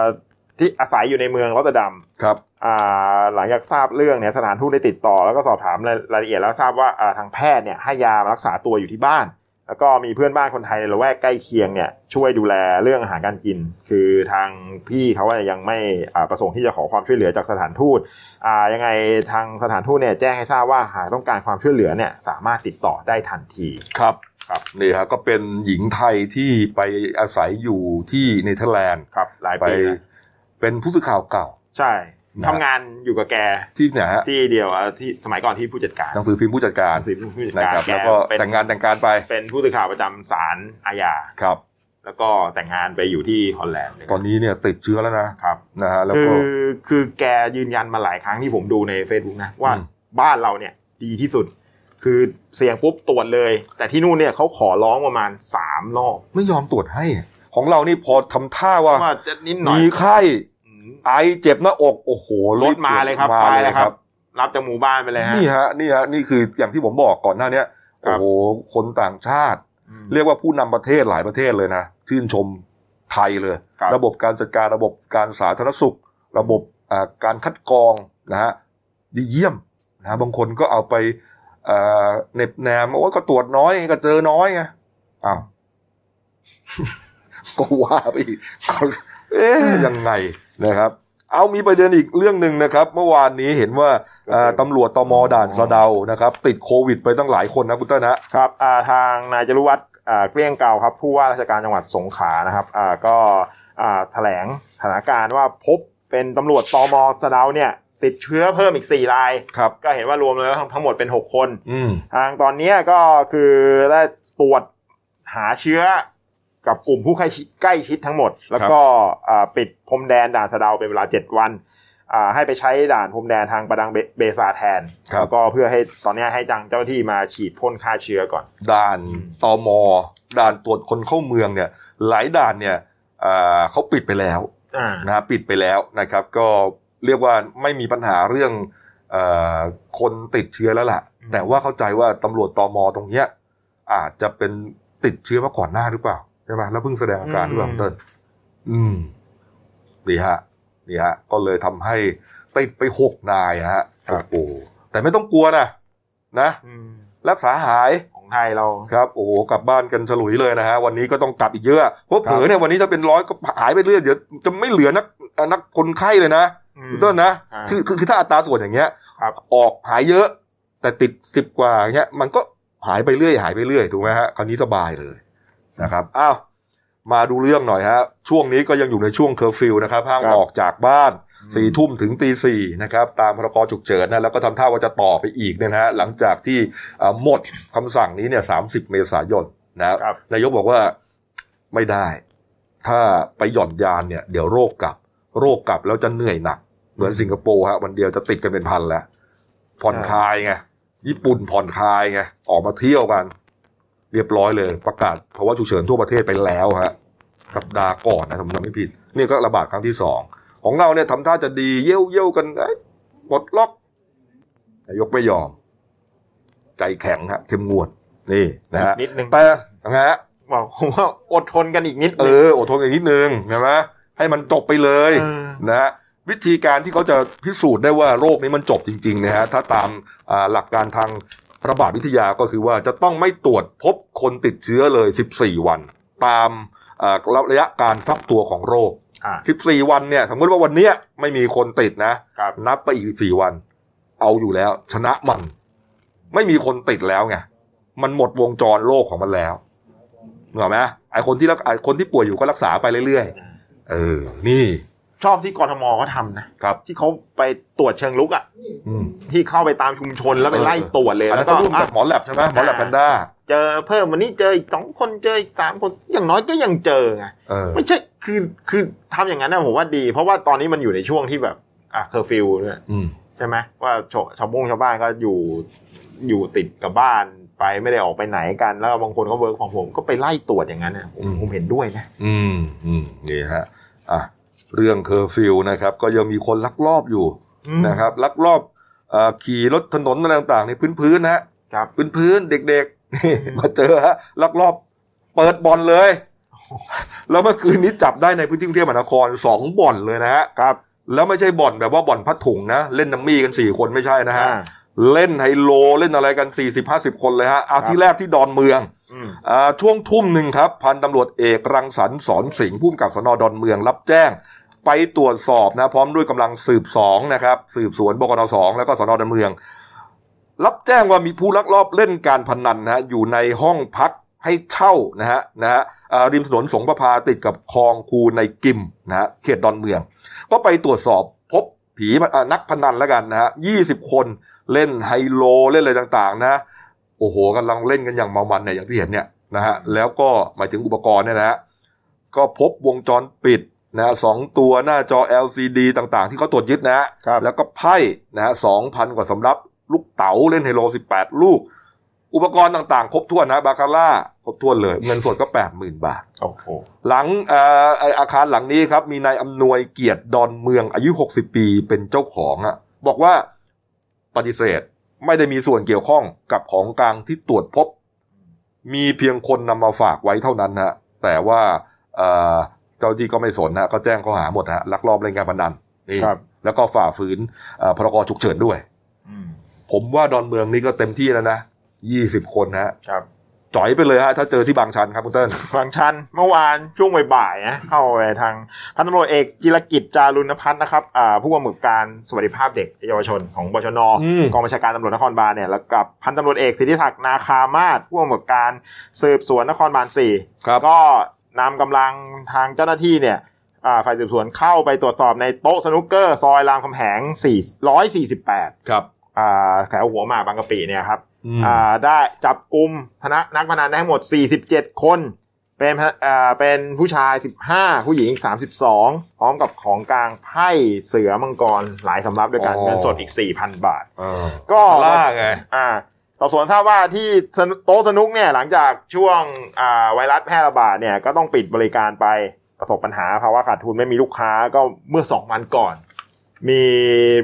[SPEAKER 2] ที่อาศัยอยู่ในเมืองรอตเตอร์ดัม
[SPEAKER 1] ครับ
[SPEAKER 2] อ่าหลังจากทราบเรื่องเนี่ยสถานทูตได้ติดต่อแล้วก็สอบถามรายรายละเอียดแล้วทราบว่าอ่าทางแพทย์เนี่ยให้ยารักษาตัวอยู่ที่บ้าน แล้วก็มีเพื่อนบ้านคนไทยในละแวกใกล้เคียงเนี่ยช่วยดูแลเรื่องอาหารการกิน คือทางพี่เขาเนี่ยยังไม่อ่าประสงค์ที่จะขอความช่วยเหลือจากสถานทูตอ่ายังไงทางสถานทูตเนี่ยแจ้งให้ทราบว่าหากต้องการความช่วยเหลือเนี่ยสามารถติดต่อได้ทันที
[SPEAKER 1] ครับ
[SPEAKER 2] ครับ
[SPEAKER 1] นี่ฮะก็เป็นหญิงไทยที่ไปอาศัยอยู่ที่เนเธอร์แลนด์
[SPEAKER 2] ครับหลาย
[SPEAKER 1] ไป
[SPEAKER 2] ปีนะ
[SPEAKER 1] เป็นผู้สื่อข่าวเก่า
[SPEAKER 2] ใช่
[SPEAKER 1] นะ
[SPEAKER 2] ทำงานอยู่กับแก
[SPEAKER 1] ที่เนี่ยฮะ
[SPEAKER 2] ที่เดียวอ่ะที่สมัยก่อนที่ผู้จัดการ
[SPEAKER 1] หนังสือพิมพ์ผู้จัดการ
[SPEAKER 2] หนังสือผู้จัด
[SPEAKER 1] นะค
[SPEAKER 2] การ
[SPEAKER 1] รับ
[SPEAKER 2] แก
[SPEAKER 1] แล้วก็
[SPEAKER 2] เป็น
[SPEAKER 1] แต่งงานแต่งการไป
[SPEAKER 2] เป็นผู้สื่อข่าวประจำศาลอาญา
[SPEAKER 1] ครับ
[SPEAKER 2] แล้วก็แต่งงานไปอยู่ที่ฮอลแลนด์เลย
[SPEAKER 1] ตอนนี้เนี่ยติดเชื้อแล้วนะครับ นะฮะแล้ว
[SPEAKER 2] คื
[SPEAKER 1] ก็
[SPEAKER 2] อคือแกยืนยันมาหลายครั้งที่ผมดูใน Facebook นะ ว่า
[SPEAKER 1] อืม
[SPEAKER 2] บ้านเราเนี่ยดีที่สุด คือเสี่ยงปุ๊บตรวจเลย แต่ที่นู่นเนี่ยเขาขอร้องประมาณสามรอบ
[SPEAKER 1] ไม่ยอมตรวจให้ ของเรานี่พอทำท่าว่า
[SPEAKER 2] ว่าจะนิดหน่อย
[SPEAKER 1] มีไข้
[SPEAKER 2] อืม
[SPEAKER 1] ไอเจ็บหน้าอกโอ้โห
[SPEAKER 2] รถมาเลยครับ
[SPEAKER 1] มา
[SPEAKER 2] ไป
[SPEAKER 1] เล
[SPEAKER 2] เลย ย
[SPEAKER 1] ค
[SPEAKER 2] ครั
[SPEAKER 1] รับ
[SPEAKER 2] บ รับจากหมู่บ้านไปเลยฮะ
[SPEAKER 1] นี่ฮะนี่ฮะนี่คืออย่างที่ผมบอกก่อนหน้าเนี้ย
[SPEAKER 2] ครั
[SPEAKER 1] โอ้
[SPEAKER 2] บ
[SPEAKER 1] โหคนต่างชาติ
[SPEAKER 2] อืม
[SPEAKER 1] เรียกว่าผู้นำประเทศหลายประเทศเลยนะ ชื่นชมไทยเลย
[SPEAKER 2] ครับ
[SPEAKER 1] ระบบการจัดการระบบการสาธารณสุข ระบบอ่าการคัดกรองนะฮะดีเยี่ยมนะฮะบางคนก็เอาไปเอ่อเหน็บแนมว่าก็ตรวจน้อยก็เจอน้อยไงอ้าว *laughs* ก็ว่าไปอีกเอาเอ๊ะยังไงนะครับ เอามีประเด็นอีกเรื่องหนึ่งนะครับ เมื่อวานนี้เห็นว่าอ่าตำรวจตมด่านสะเดานะครับ ติดโควิดไปตั้งหลายคนนะคุณเต้นฮะ
[SPEAKER 2] ครับอ่าทางนายจรุวัฒน์อ่าเกลี้ยงเก่าครับผู้ว่าราชการจังหวัดสงขลานะครับอ่าก็อ่าแถลงสถานการณ์ว่าพบเป็นตำรวจตมสะเดาเนี่ยติดเชื้อเพิ่มอีก 4 ราย
[SPEAKER 1] ครับ
[SPEAKER 2] ก็เห็นว่ารวมแล้วทั้งหมดเป็น 6 คน
[SPEAKER 1] อืม
[SPEAKER 2] ทางตอนเนี้ยก็คือได้ตรวจหาเชื้อกับกลุ่มผู้ใกล้ชิดใกล้ชิดทั้งหมด แล้วก็อ่าปิดพรมแดนด่านสะเดาเป็นเวลา 7 วันอ่าให้ไปใช้ด่านพรมแดนทางประดังเบเบซาแทน
[SPEAKER 1] ครับ
[SPEAKER 2] แล้วก็เพื่อให้ตอนเนี้ยให้จังเจ้าหน้าที่มาฉีดพ่นฆ่าเชื้อก่อน
[SPEAKER 1] ด่านตมด่านตรวจคนเข้าเมืองเนี่ย หลายด่านเนี่ยอ่าเขาปิดไปแล้ว
[SPEAKER 2] อ่า
[SPEAKER 1] นะฮะปิดไปแล้วนะครับ ก็เรียกว่าไม่มีปัญหาเรื่องเออคนติดเชื้อแล้วล่ะ
[SPEAKER 2] อืม
[SPEAKER 1] แต่ว่าเข้าใจว่าตำรวจตมตรงเนี้ยอาจจะเป็นติดเชื้อมาก่อนหน้าหรือเปล่าใช่ไหมแล้วเพิ่งแสดงอาการหรือเปล่าคุณเติ้ลอืมดีฮะนี่ฮะ ก็เลยทำให้ติดไปหกนายฮะโอ้โหแต่ไม่ต้องกลัวนะนะ
[SPEAKER 2] อืม
[SPEAKER 1] รักษาหาย
[SPEAKER 2] ของไทยเรา
[SPEAKER 1] ครับโอ้โหกลับบ้านกันฉลุยเลยนะฮะวันนี้ก็ต้องกลับอีกเยอะเพราะเผลอเนี่ยวันนี้ถ้าเป็นร้อยก็หายไปเรื่อยเดี๋ยวจะไม่เหลือนักนักคนไข้เลยนะคุณต้นนะ
[SPEAKER 2] อ่า
[SPEAKER 1] คือคือคือถ้าอัตราส่วนอย่างเงี้ย
[SPEAKER 2] ครับ
[SPEAKER 1] ออกหายเยอะ แต่ติดสิบกว่าอย่างเงี้ยมันก็ หายไปเรื่อยหายไปเรื่อยถูกไหมฮะคราวนี้สบายเลยนะครับอ้าวมาดูเรื่องหน่อยฮะช่วงนี้ก็ยังอยู่ในช่วงเคอร์ฟิวนะครับห้าม
[SPEAKER 2] ครับ
[SPEAKER 1] ออกจากบ้าน
[SPEAKER 2] อืม
[SPEAKER 1] สี่ทุ่มถึงตีสี่นะครับตามพรกฉุกเฉินนะแล้วก็ทำท่าว่าจะต่อไปอีกเนี่ยนะฮะหลังจากที่เอ่อหมดคำสั่งนี้เนี่ยสามสิบเมษายนนะครับ
[SPEAKER 2] ครับ
[SPEAKER 1] นายกบอกว่าไม่ได้ ถ้าไปหย่อนยานเนี่ย เดี๋ยวโรคกลับ โรคกลับแล้วจะเหนื่อยหนัก เหมือนสิงคโปร์ฮะวันเดียวจะติดกันเป็นพันแล้วผ่อนคลายไงญี่ปุ่นผ่อนคลายไงออกมาเที่ยวกัน เรียบร้อยเลย ประกาศภาวะฉุกเฉินทั่วประเทศไปแล้วฮะสัปดาห์ก่อนนะถ้าผมจำไม่ผิด นี่ก็ระบาดครั้งที่สองของเราเนี่ยทำท่าจะดีเย่ยวเย่ยวกันเอ้ยปลดล็อกนายกไม่ยอม ใจแข็งฮะเข้มงวดนี่นะฮะ
[SPEAKER 2] นิดนึง
[SPEAKER 1] แต่ยังไงฮะ
[SPEAKER 2] บอก *laughs* ผมว่าอดทนกันอีกนิด
[SPEAKER 1] เอ
[SPEAKER 2] นึง
[SPEAKER 1] ออดทนอีกนิดนึงใช่ไหมให้มันจบไปเลย
[SPEAKER 2] เออ
[SPEAKER 1] นะฮะวิธีการที่เขาจะพิสูจน์ได้ว่าโรคนี้มันจบจริงๆนะฮะถ้าตามอ่าหลักการทางระบาดวิทยาก็คือว่าจะต้องไม่ตรวจพบคนติดเชื้อเลย 14 วัน ตามอ่าระยะการฟักตัวของโรค
[SPEAKER 2] อ่า
[SPEAKER 1] 14 วันเนี่ยสมมติว่าวันเนี้ยไม่มีคนติดนะ
[SPEAKER 2] ครับ
[SPEAKER 1] นับไปอีก 14 วัน เอาอยู่แล้ว ชนะมัน ไม่มีคนติดแล้วไงมันหมดวงจรโรคของมันแล้วเหรอกไหมไอคนที่รักไอคนที่ป่วยอยู่ก็รักษาไปเรื่อยๆเออ นี่
[SPEAKER 2] ชอบที่กรทมเขาทำนะ
[SPEAKER 1] ครับ
[SPEAKER 2] ที่เขาไปตรวจเชิงลุกอ่ะ
[SPEAKER 1] อืม
[SPEAKER 2] ที่เข้าไปตามชุมชนแล้วไปไล่
[SPEAKER 1] เออ
[SPEAKER 2] ตรวจเลย
[SPEAKER 1] อัน
[SPEAKER 2] แล้
[SPEAKER 1] นั้น
[SPEAKER 2] วก็
[SPEAKER 1] ก็ร่วม
[SPEAKER 2] อ่ะ
[SPEAKER 1] กับหมอแลบใช่ไหมหมอแลบ
[SPEAKER 2] อ่า
[SPEAKER 1] แพนด้า
[SPEAKER 2] เจอเพิ่มวันนี้เจออีกสองคนเจออีกสามคนอย่างน้อยก็ยังเจอไง
[SPEAKER 1] เออ
[SPEAKER 2] ไม่ใช่คือคือทำอย่างนั้นนะผมว่าดี เพราะว่าตอนนี้มันอยู่ในช่วงที่แบบอ่ะเคอร์ฟิวเนี่ย
[SPEAKER 1] อืม
[SPEAKER 2] ใช่ไหมว่าชาวชาวบงชาวบ้านก็อยู่อยู่ติดกับบ้านไปไม่ได้ออกไปไหนกันแล้วบางคนก็เวิร์กของผมก็ไปไล่ตรวจอย่างนั้นนะผม
[SPEAKER 1] อืม
[SPEAKER 2] ผมเห็นด้วยนะ
[SPEAKER 1] อืมอืมนี่ฮะอ่ะเรื่องเคอร์ฟิวนะครับ ก็ยังมีคนลักลอบอยู่นะครับ ลักลอบเอ่อขี่รถถนนอะไรต่างๆในพื้นๆนะฮะ
[SPEAKER 2] ครับ
[SPEAKER 1] พื้นพื้นๆเด็กๆ *laughs* มาเจอฮะลักลอบเปิดบ่อนเลย แล้วเมื่อคืนนี้จับได้ในพื้นที่กรุงเทพมหานครสองบ่อนเลยนะฮะ
[SPEAKER 2] ครับ
[SPEAKER 1] แล้วไม่ใช่บ่อนแบบว่าบ่อนพัดถุงนะ เล่นน้ำมีกันสี่คนไม่ใช่นะฮะ
[SPEAKER 2] อ่า
[SPEAKER 1] เล่นไฮโลเล่นอะไรกันสี่สิบห้าสิบคนเลยฮะเอา
[SPEAKER 2] ครับ
[SPEAKER 1] ที่แรกที่ดอนเมือง
[SPEAKER 2] อืม
[SPEAKER 1] อ่าช่วงทุ่มหนึ่งครับ พันตำรวจเอกรังสรรค์สอนสิงห์ผู้กำกับสนดอนเมืองรับแจ้ง ไปตรวจสอบนะ พร้อมด้วยกำลังสืบสองนะครับ สืบสวนบกนสองแล้วก็สนดอนเมือง รับแจ้งว่ามีผู้ลักลอบเล่นการพนันนะฮะอยู่ในห้องพักให้เช่านะฮะนะฮะอ่าริมถนนสงประพาติดกับคลองคูในกิมนะฮะเขตดอนเมือง ก็ไปตรวจสอบพบผีอ่านักพนันแล้วกันนะฮะยี่สิบคนเล่นไฮโลเล่นอะไรต่างๆนะ โอ้โหกำลังเล่นกันอย่างเมามันเนี่ยอย่างที่เห็นเนี่ยนะฮะแล้วก็หมายถึงอุปกรณ์เนี่ยนะฮะก็พบวงจรปิดนะฮะสองตัวหน้าจอ LCD ต่างๆ ที่เขาตรวจยึดนะฮะ
[SPEAKER 2] ครับ
[SPEAKER 1] แล้วก็ไพ่นะฮะสองพันกว่าสำรับลูกเต๋าเล่นไฮโลสิบแปดลูก อุปกรณ์ต่างๆ ครบถ้วนนะบาคาร่าครบถ้วนเลย เงินสดก็แปดหมื่นบาท
[SPEAKER 2] โอ้โห
[SPEAKER 1] หลังเออไอ้อาคารหลังนี้ครับ มีนายอำนวยเกียรติดอนเมืองอายุ 60 ปีเป็นเจ้าของอะบอกว่าปฏิเสธไม่ได้มีส่วนเกี่ยวข้องกับของกลางที่ตรวจพบ มีเพียงคนนำมาฝากไว้เท่านั้นฮะแต่ว่าเอ่อเจ้าหน้าที่ก็ไม่สนนะก็แจ้งข้อหาหมดฮะลักลอบเล่นการพนันนี่
[SPEAKER 2] ครับ
[SPEAKER 1] แล้วก็ฝ่าฝืนเอ่อพรกฉุกเฉินด้วย
[SPEAKER 2] อืม
[SPEAKER 1] ผมว่าดอนเมืองนี่ก็เต็มที่แล้วนะ20 คนฮะ
[SPEAKER 2] ครับ
[SPEAKER 1] จ่อยไปเลยฮะถ้าเจอที่บางชันครับคุณเติ้ล
[SPEAKER 2] บางชันเมื่อวานช่วงบ่ายๆนะเข้าไปทางพันตำรวจเอกจิรกิจจารุณพัฒน์นะครับอ่าผู้กำกับการสวัสดิภาพเด็กและเยาวชนของบชน
[SPEAKER 1] อืม
[SPEAKER 2] กองบัญชาการตำรวจนครบาลเนี่ยแล้วกับพันตำรวจเอกสิทธิศักดิ์นาคามาศผู้กำกับการสืบสวนนครบาลสี่
[SPEAKER 1] ครับ
[SPEAKER 2] ก็นำกำลังทางเจ้าหน้าที่เนี่ยอ่าฝ่ายสืบสวนเข้าไปตรวจสอบในโต๊ะสนุกเกอร์ ซอยรามคำแหง448
[SPEAKER 1] ครับ
[SPEAKER 2] อ่าแถวหัวหมากบางกะปิเนี่ยครับ
[SPEAKER 1] อืม
[SPEAKER 2] อ่าได้จับกลุ่มพนักนักพนันได้ทั้งหมด 47 คนเป็นพนักอ่าเป็นผู้ชาย 15 ผู้หญิงอีก32 พร้อมกับของกลางไพ่เสือมังกรหลายสำรับด้วยกันเงินสดอีก 4,000 บาท
[SPEAKER 1] เออ
[SPEAKER 2] ก็
[SPEAKER 1] ล่าไง
[SPEAKER 2] อ่าสอบสวนทราบว่าที่สนุโต๊ะสนุกเนี่ยหลังจากช่วงอ่าไวรัสแพร่ระบาดเนี่ยก็ต้องปิดบริการไปประสบปัญหาภาวะขาดทุนไม่มีลูกค้าก็เมื่อสองวันก่อน มี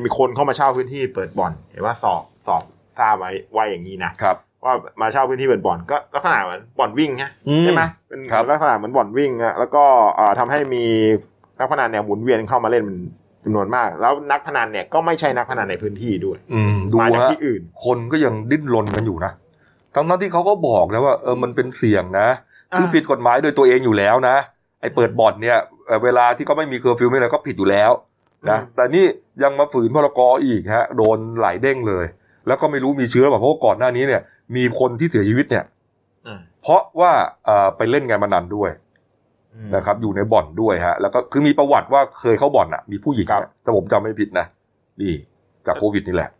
[SPEAKER 2] มีคนเข้ามาเช่าพื้นที่เปิดบ่อนเห็นว่าสอบสอบทราบไว้ไว้อย่างนี้นะครับ ว่ามาเช่าพื้นที่เปิดบ่อนก็ลักษณะเหมือนบ่อนวิ่งฮะใช่ไหมเป็น
[SPEAKER 1] ครับ
[SPEAKER 2] ลักษณะเหมือนบ่อนวิ่งอะแล้วก็อ่าทำให้มีนักพนันเนี่ยหมุนเวียนเข้ามาเล่นเป็นจำนวนมาก แล้วนักพนันเนี่ยก็ไม่ใช่นักพนันในพื้นที่ด้วย
[SPEAKER 1] อืมดู
[SPEAKER 2] มาจาก
[SPEAKER 1] ฮะ
[SPEAKER 2] ที่อื่น
[SPEAKER 1] คนก็ยังดิ้นรนกันอยู่นะทั้งนั้นที่เขาก็บอกแล้วว่าเออมันเป็นเสี่ยงนะ คือผิดกฎหมายโดยตัวเองอยู่แล้วนะ ไอ้เปิดบ่อนเนี่ยเอ่อเวลาที่เขาไม่มีเคอร์ฟิวไม่อะไรก็ผิดอยู่แล้วนะ
[SPEAKER 2] อืม
[SPEAKER 1] แต่นี่ยังมาฝืนพรกอีกฮะ โดนหลายเด้งเลย แล้วก็ไม่รู้มีเชื้อเปล่าเพราะว่าก่อนหน้านี้เนี่ย มีคนที่เสียชีวิตเนี่ย
[SPEAKER 2] อ่า
[SPEAKER 1] เพราะว่าเอ่อไปเล่นการพนันด้วย
[SPEAKER 2] อืม
[SPEAKER 1] นะครับ อยู่ในบ่อนด้วยฮะ แล้วก็คือมีประวัติว่าเคยเข้าบ่อนอ่ะ มีผู้หญิง
[SPEAKER 2] ครับ
[SPEAKER 1] นะแต่ผมจำไม่ผิดนะนี่จากโควิดนี่แหละ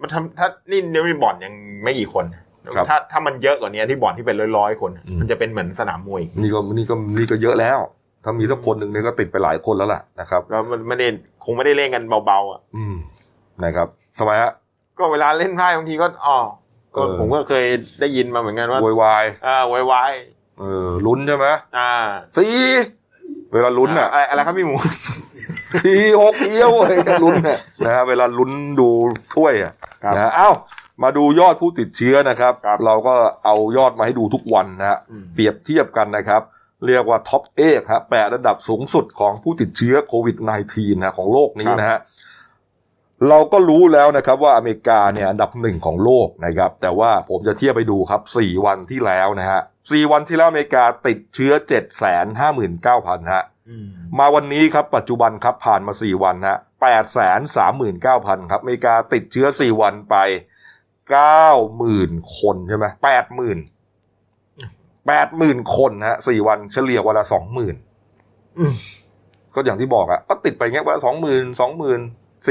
[SPEAKER 2] มันทำถ้านี่เดี๋ยวมีบ่อนยังไม่กี่คนนะครับ ถ้าถ้ามันเยอะกว่านี้ที่บ่อนที่เป็นร้อยๆคน
[SPEAKER 1] อืม
[SPEAKER 2] มันจะเป็นเหมือนสนามมวยอีก
[SPEAKER 1] นี่ก็นี่ก็นี่ก็เยอะแล้ว ถ้ามีสักคนหนึ่งเนี่ยก็ติดไปหลายคนแล้วล่ะนะครับ
[SPEAKER 2] แล้วมันไม่ได้คงไม่ได้เล่นกันเบาๆอ่ะ
[SPEAKER 1] อืมนะครับทำไมฮะ
[SPEAKER 2] ก็เวลาเล่นไพ่บางทีก็อ๋อก็
[SPEAKER 1] เออ
[SPEAKER 2] ผมก็เคยได้ยินมาเหมือนกันว่า
[SPEAKER 1] โวยวาย
[SPEAKER 2] อ่าวายวาย
[SPEAKER 1] เออลุ้นใช่ไหม
[SPEAKER 2] อ่า
[SPEAKER 1] สี่เวลาลุ้นอ่ะ
[SPEAKER 2] อ่าอะไรครับพี่หมู
[SPEAKER 1] สี่หกเอี้ยวเลยลุ้นเนี่ยนะฮะเวลาลุ้นดูถ้วยอะ
[SPEAKER 2] ครับ
[SPEAKER 1] นะฮะเอ้ามาดูยอดผู้ติดเชื้อนะครับ
[SPEAKER 2] ครับ
[SPEAKER 1] เราก็เอายอดมาให้ดูทุกวันนะฮะ
[SPEAKER 2] อืม
[SPEAKER 1] เปรียบเทียบกันนะครับ เรียกว่าท็อปเอกฮะแปดระดับสูงสุดของผู้ติดเชื้อโควิด -19 นะฮะของโลกนี้นะฮะเราก็รู้แล้วนะครับว่าอเมริกาเนี่ยอันดับหนึ่งของโลกนะครับ แต่ว่าผมจะเทียบไปดูครับสี่วันที่แล้วนะฮะสี่วันที่แล้วอเมริกาติดเชื้อเจ็ดแสนห้าหมื่นเก้าพันฮะ
[SPEAKER 2] อืม
[SPEAKER 1] มาวันนี้ครับปัจจุบันครับผ่านมา 4 วันฮะ8 3 9 0 0 0 ครับอเมริกาติดเชื้อ 4 วันไป 90,000 คนใช่ไหม80,000 80,000 คนนะฮะ4วันเฉลี่ยวันละ 20,000
[SPEAKER 2] อืม
[SPEAKER 1] ก็อย่างที่บอกอะก็ติดไปเงี้ยวันละ 20,000 20,000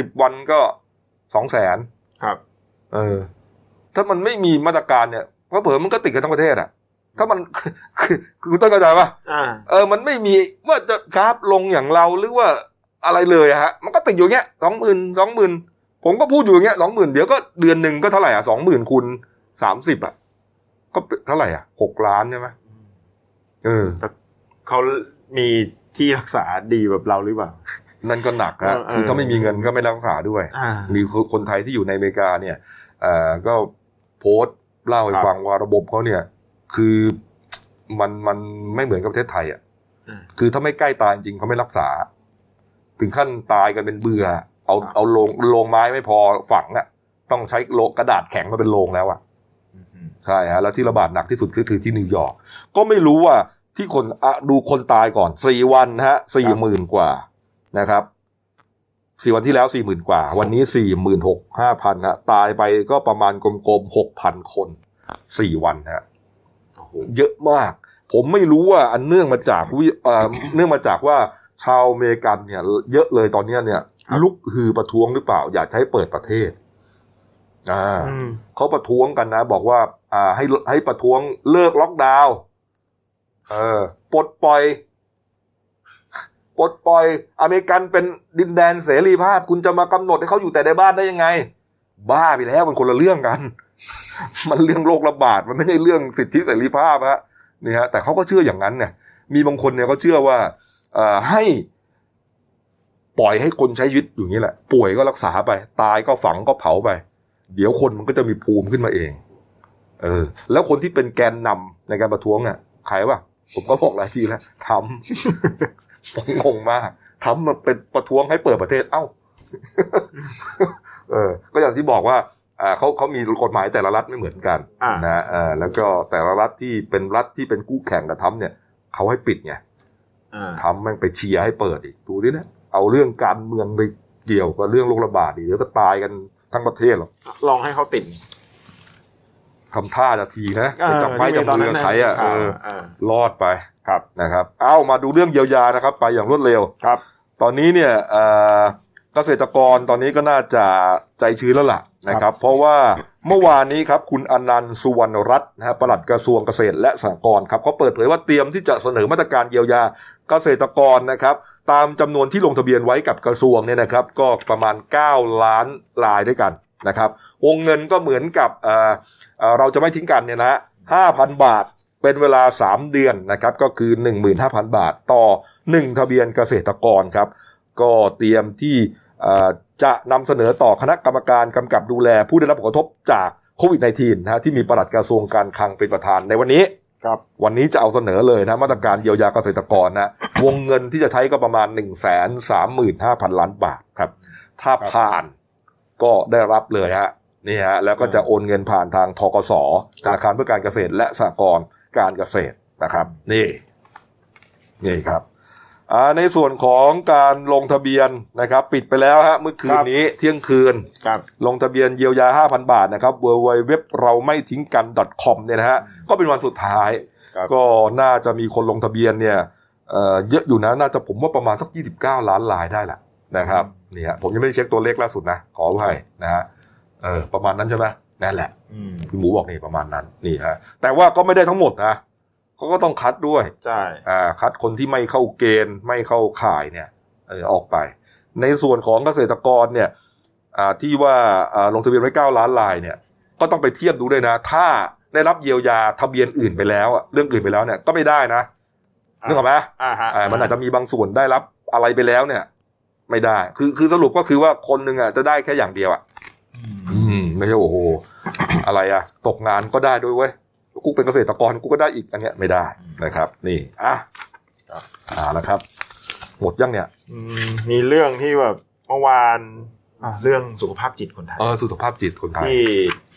[SPEAKER 1] 10 วันก็ 200,000
[SPEAKER 2] ครับ
[SPEAKER 1] เออ ถ้ามันไม่มีมาตรการเนี่ยก็เผลอๆมันก็ติดกันทั้งประเทศอะถ้ามัน *laughs* คือคือคุณต้องเข้าใจปะ
[SPEAKER 2] อ่า
[SPEAKER 1] เออ มันไม่มีว่าจะกราฟลงอย่างเราหรือว่าอะไรเลยอะฮะ มันก็ติดอยู่อย่างเงี้ยสองหมื่นสองหมื่นผมก็พูดอยู่อย่างเงี้ยสองหมื่นเดี๋ยวก็เดือนหนึ่งก็เท่าไหร่อ่ะสองหมื่นคูณสามสิบอ่ะ ก็เป็นเท่าไหร่อ่ะหกล้านใช่ไหมเออ
[SPEAKER 2] เขามีที่รักษาดีแบบเราหรือเปล่า
[SPEAKER 1] นั่นก็หนักฮะ
[SPEAKER 2] เออเออ
[SPEAKER 1] คือถ้าไม่มีเงินก็ไม่รักษาด้วย
[SPEAKER 2] อ่า
[SPEAKER 1] มีคนไทยที่อยู่ในอเมริกาเนี่ยเอ่อก็โพสต์เล่าให้
[SPEAKER 2] ครับ
[SPEAKER 1] ฟังว่าระบบเขาเนี่ย คือมันมันไม่เหมือนกับประเทศไทยอ่ะ
[SPEAKER 2] อืม
[SPEAKER 1] คือถ้าไม่ใกล้ตายจริงเขาไม่รักษา ถึงขั้นตายกันเป็นเบื่อ เอา
[SPEAKER 2] ครับ
[SPEAKER 1] เอาลงลงไม้ไม่พอฝังอ่ะ ต้องใช้โลกระดาษแข็งมาเป็นโลงแล้วอ่ะ
[SPEAKER 2] อืม
[SPEAKER 1] ใช่ฮะแล้วที่ระบาดหนักที่สุดก็คือที่นิวยอร์กก็ไม่รู้ว่าที่คนอ่ะดูคนตายก่อนสี่วันฮะสี่หมื่นกว่านะครับสี่วันที่แล้วสี่หมื่นกว่า วันนี้สี่หมื่นหกห้าพันฮะตายไปก็ประมาณกลมๆหกพันคนสี่วันฮะ
[SPEAKER 2] โอ้โห
[SPEAKER 1] เยอะมาก ผมไม่รู้ว่าอันเนื่องมาจากวิเอ่อเนื่องมาจากว่าชาวอเมริกันเนี่ย เยอะเลยตอนเนี้ยเนี่ย ลุกฮือประท้วงหรือเปล่า อยากจะใช้เปิดประเทศอ่า
[SPEAKER 2] อืม
[SPEAKER 1] เขาประท้วงกันนะ บอกว่า อ่าให้ให้ประท้วงเลิกล็อกดาวน์เออปลดปล่อยปลดปล่อย อเมริกันเป็นดินแดนเสรีภาพ คุณจะมากำหนดให้เขาอยู่แต่ในบ้านได้ยังไง บ้าไปแล้วมันคนละเรื่องกัน *laughs* มันเรื่องโรคระบาด มันไม่ใช่เรื่องสิทธิเสรีภาพฮะนี่ฮะแต่เขาก็เชื่ออย่างนั้นเนี่ย มีบางคนเนี่ยเขาเชื่อว่า เอ่อให้ ปล่อยให้คนใช้ชีวิตอยู่อย่างนี้แหละ ป่วยก็รักษาไป ตายก็ฝังก็เผาไป เดี๋ยวคนมันก็จะมีภูมิขึ้นมาเอง เออ แล้วคนที่เป็นแกนนำในการประท้วงอ่ะใครวะผมก็บอกหลายทีแล้วทำ ผมงงมากทำมันเป็นประท้วงให้เปิดประเทศ เอ้า เออ ก็อย่างที่บอกว่า อ่าเขาเขามีกฎหมายแต่ละรัฐไม่เหมือนกัน
[SPEAKER 2] อ่าน
[SPEAKER 1] นะเออแล้วก็แต่ละรัฐที่เป็นรัฐที่เป็นกู้แข่งกับทำเนี่ยเขาให้ปิดไง
[SPEAKER 2] อ่า
[SPEAKER 1] ทำแม่งไปเชียร์ให้เปิดอีกดูดิเนะเอาเรื่องการเมืองไปเกี่ยวกับเรื่องโรคระบาดอีกเดี๋ยวก็ตายกันทั้งประเทศหรอก
[SPEAKER 2] ลองให้เขาติด
[SPEAKER 1] คำท่าจะทีนะไปจับไม้จับมือกับใครอ่ะเออ
[SPEAKER 2] เออ
[SPEAKER 1] รอดไป
[SPEAKER 2] ครับ
[SPEAKER 1] นะครับ เอามาดูเรื่องเยียวยานะครับ ไปอย่างรวดเร็ว
[SPEAKER 2] ครับ
[SPEAKER 1] ตอนนี้เนี่ยเอ่อเกษตรกรตอนนี้ก็น่าจะใจชื้นแล้วล่ะนะครับ เพราะว่าเมื่อวานนี้ครับคุณอนันต์สุวรรณรัตน์นะฮะปลัดกระทรวงเกษตรและสหกรณ์ครับเขาเปิดเผยว่าเตรียมที่จะเสนอมาตรการเยียวยาเกษตรกรนะครับ ตามจำนวนที่ลงทะเบียนไว้กับกระทรวงเนี่ยนะครับ ก็ประมาณ 9 ล้านรายด้วยกันนะครับ วงเงินก็เหมือนกับเอ่อเอ่อเราจะไม่ทิ้งกันเนี่ยนะฮะ5,000 บาทเป็นเวลา 3 เดือนนะครับ ก็คือ 15,000 บาทต่อ 1 ทะเบียนเกษตรกรครับ ก็เตรียมที่เอ่อจะนำเสนอต่อคณะกรรมการกำกับดูแลผู้ได้รับผลกระทบจากโควิด -19 นะฮะที่มีปลัดกระทรวงการคลังเป็นประธานในวันนี้
[SPEAKER 2] ครับ
[SPEAKER 1] วันนี้จะเอาเสนอเลยนะมาตรการเยียวยาเกษตรกรนะ วงเงินที่จะใช้ก็ประมาณ 1 3 3 5 0 0 ล้านบาทครับ ถ้าผ่านก็ได้รับเลยฮะนี่ฮะแล้วก็จะโอนเงินผ่านทางทกสธนาคารเพื่อการเกษตรและสหกรณ์การเกษตรนะครับ นี่ นี่ครับ อ่าในส่วนของการลงทะเบียนนะครับ ปิดไปแล้วฮะเมื่อคืนนี้เที่ยงคืน
[SPEAKER 2] ครับ
[SPEAKER 1] ลงทะเบียนเยียวยา 5,000 บาทนะครับ w w w เราไม่ทิ้งกัน .com เนี่ยนะฮะก็เป็นวันสุดท้าย
[SPEAKER 2] ครับ
[SPEAKER 1] ก็น่าจะมีคนลงทะเบียนเนี่ยเอ่อเยอะอยู่นะ น่าจะผมว่าประมาณสัก 29 ล้านรายได้แหละนะครับนี่ฮะผมยังไม่ได้เช็คตัวเลขล่าสุดนะ ขออภัยนะฮะเออประมาณนั้นใช่ไหมนั่นแหละ
[SPEAKER 2] อืม
[SPEAKER 1] พี่หมูบอกนี่ประมาณนั้นนี่ฮะแต่ว่าก็ไม่ได้ทั้งหมดนะเขาก็ต้องคัดด้วย
[SPEAKER 2] ใช่
[SPEAKER 1] อ่าคัดคนที่ไม่เข้าเกณฑ์ไม่เข้าข่ายเนี่ยเออออกไป ในส่วนของเกษตรกรเนี่ยอ่าที่ว่าอ่าลงทะเบียนไว้9ล้านรายเนี่ยก็ต้องไปเทียบดูด้วยนะ ถ้าได้รับเยียวยาทะเบียนอื่นไปแล้วอะเรื่องอื่นไปแล้วเนี่ยก็ไม่ได้นะนึกออกไหม
[SPEAKER 2] อ่าฮะ
[SPEAKER 1] อ่ามันอาจจะมีบางส่วนได้รับอะไรไปแล้วเนี่ย ไม่ได้คือคือสรุปก็คือว่าคนหนึ่งอ่ะจะได้แค่อย่างเดียวอ่ะ
[SPEAKER 2] อื
[SPEAKER 1] อื
[SPEAKER 2] ม
[SPEAKER 1] มไม่ใช่โอ้โห *coughs* อะไรอะตกงานก็ได้ด้วยเว้ยกูเป็นเกษตรกรกูก็ได้อีกอันเนี้ยไม่ได้นะครับ นี่อ่ะอ่าแล้วครับ หมดยังเนี่ย
[SPEAKER 2] อืมมีเรื่องที่แบบเมื่อวานอ่ะเรื่องสุขภาพจิตคนไทย
[SPEAKER 1] เออสุขภาพจิตคนไทย
[SPEAKER 2] ที่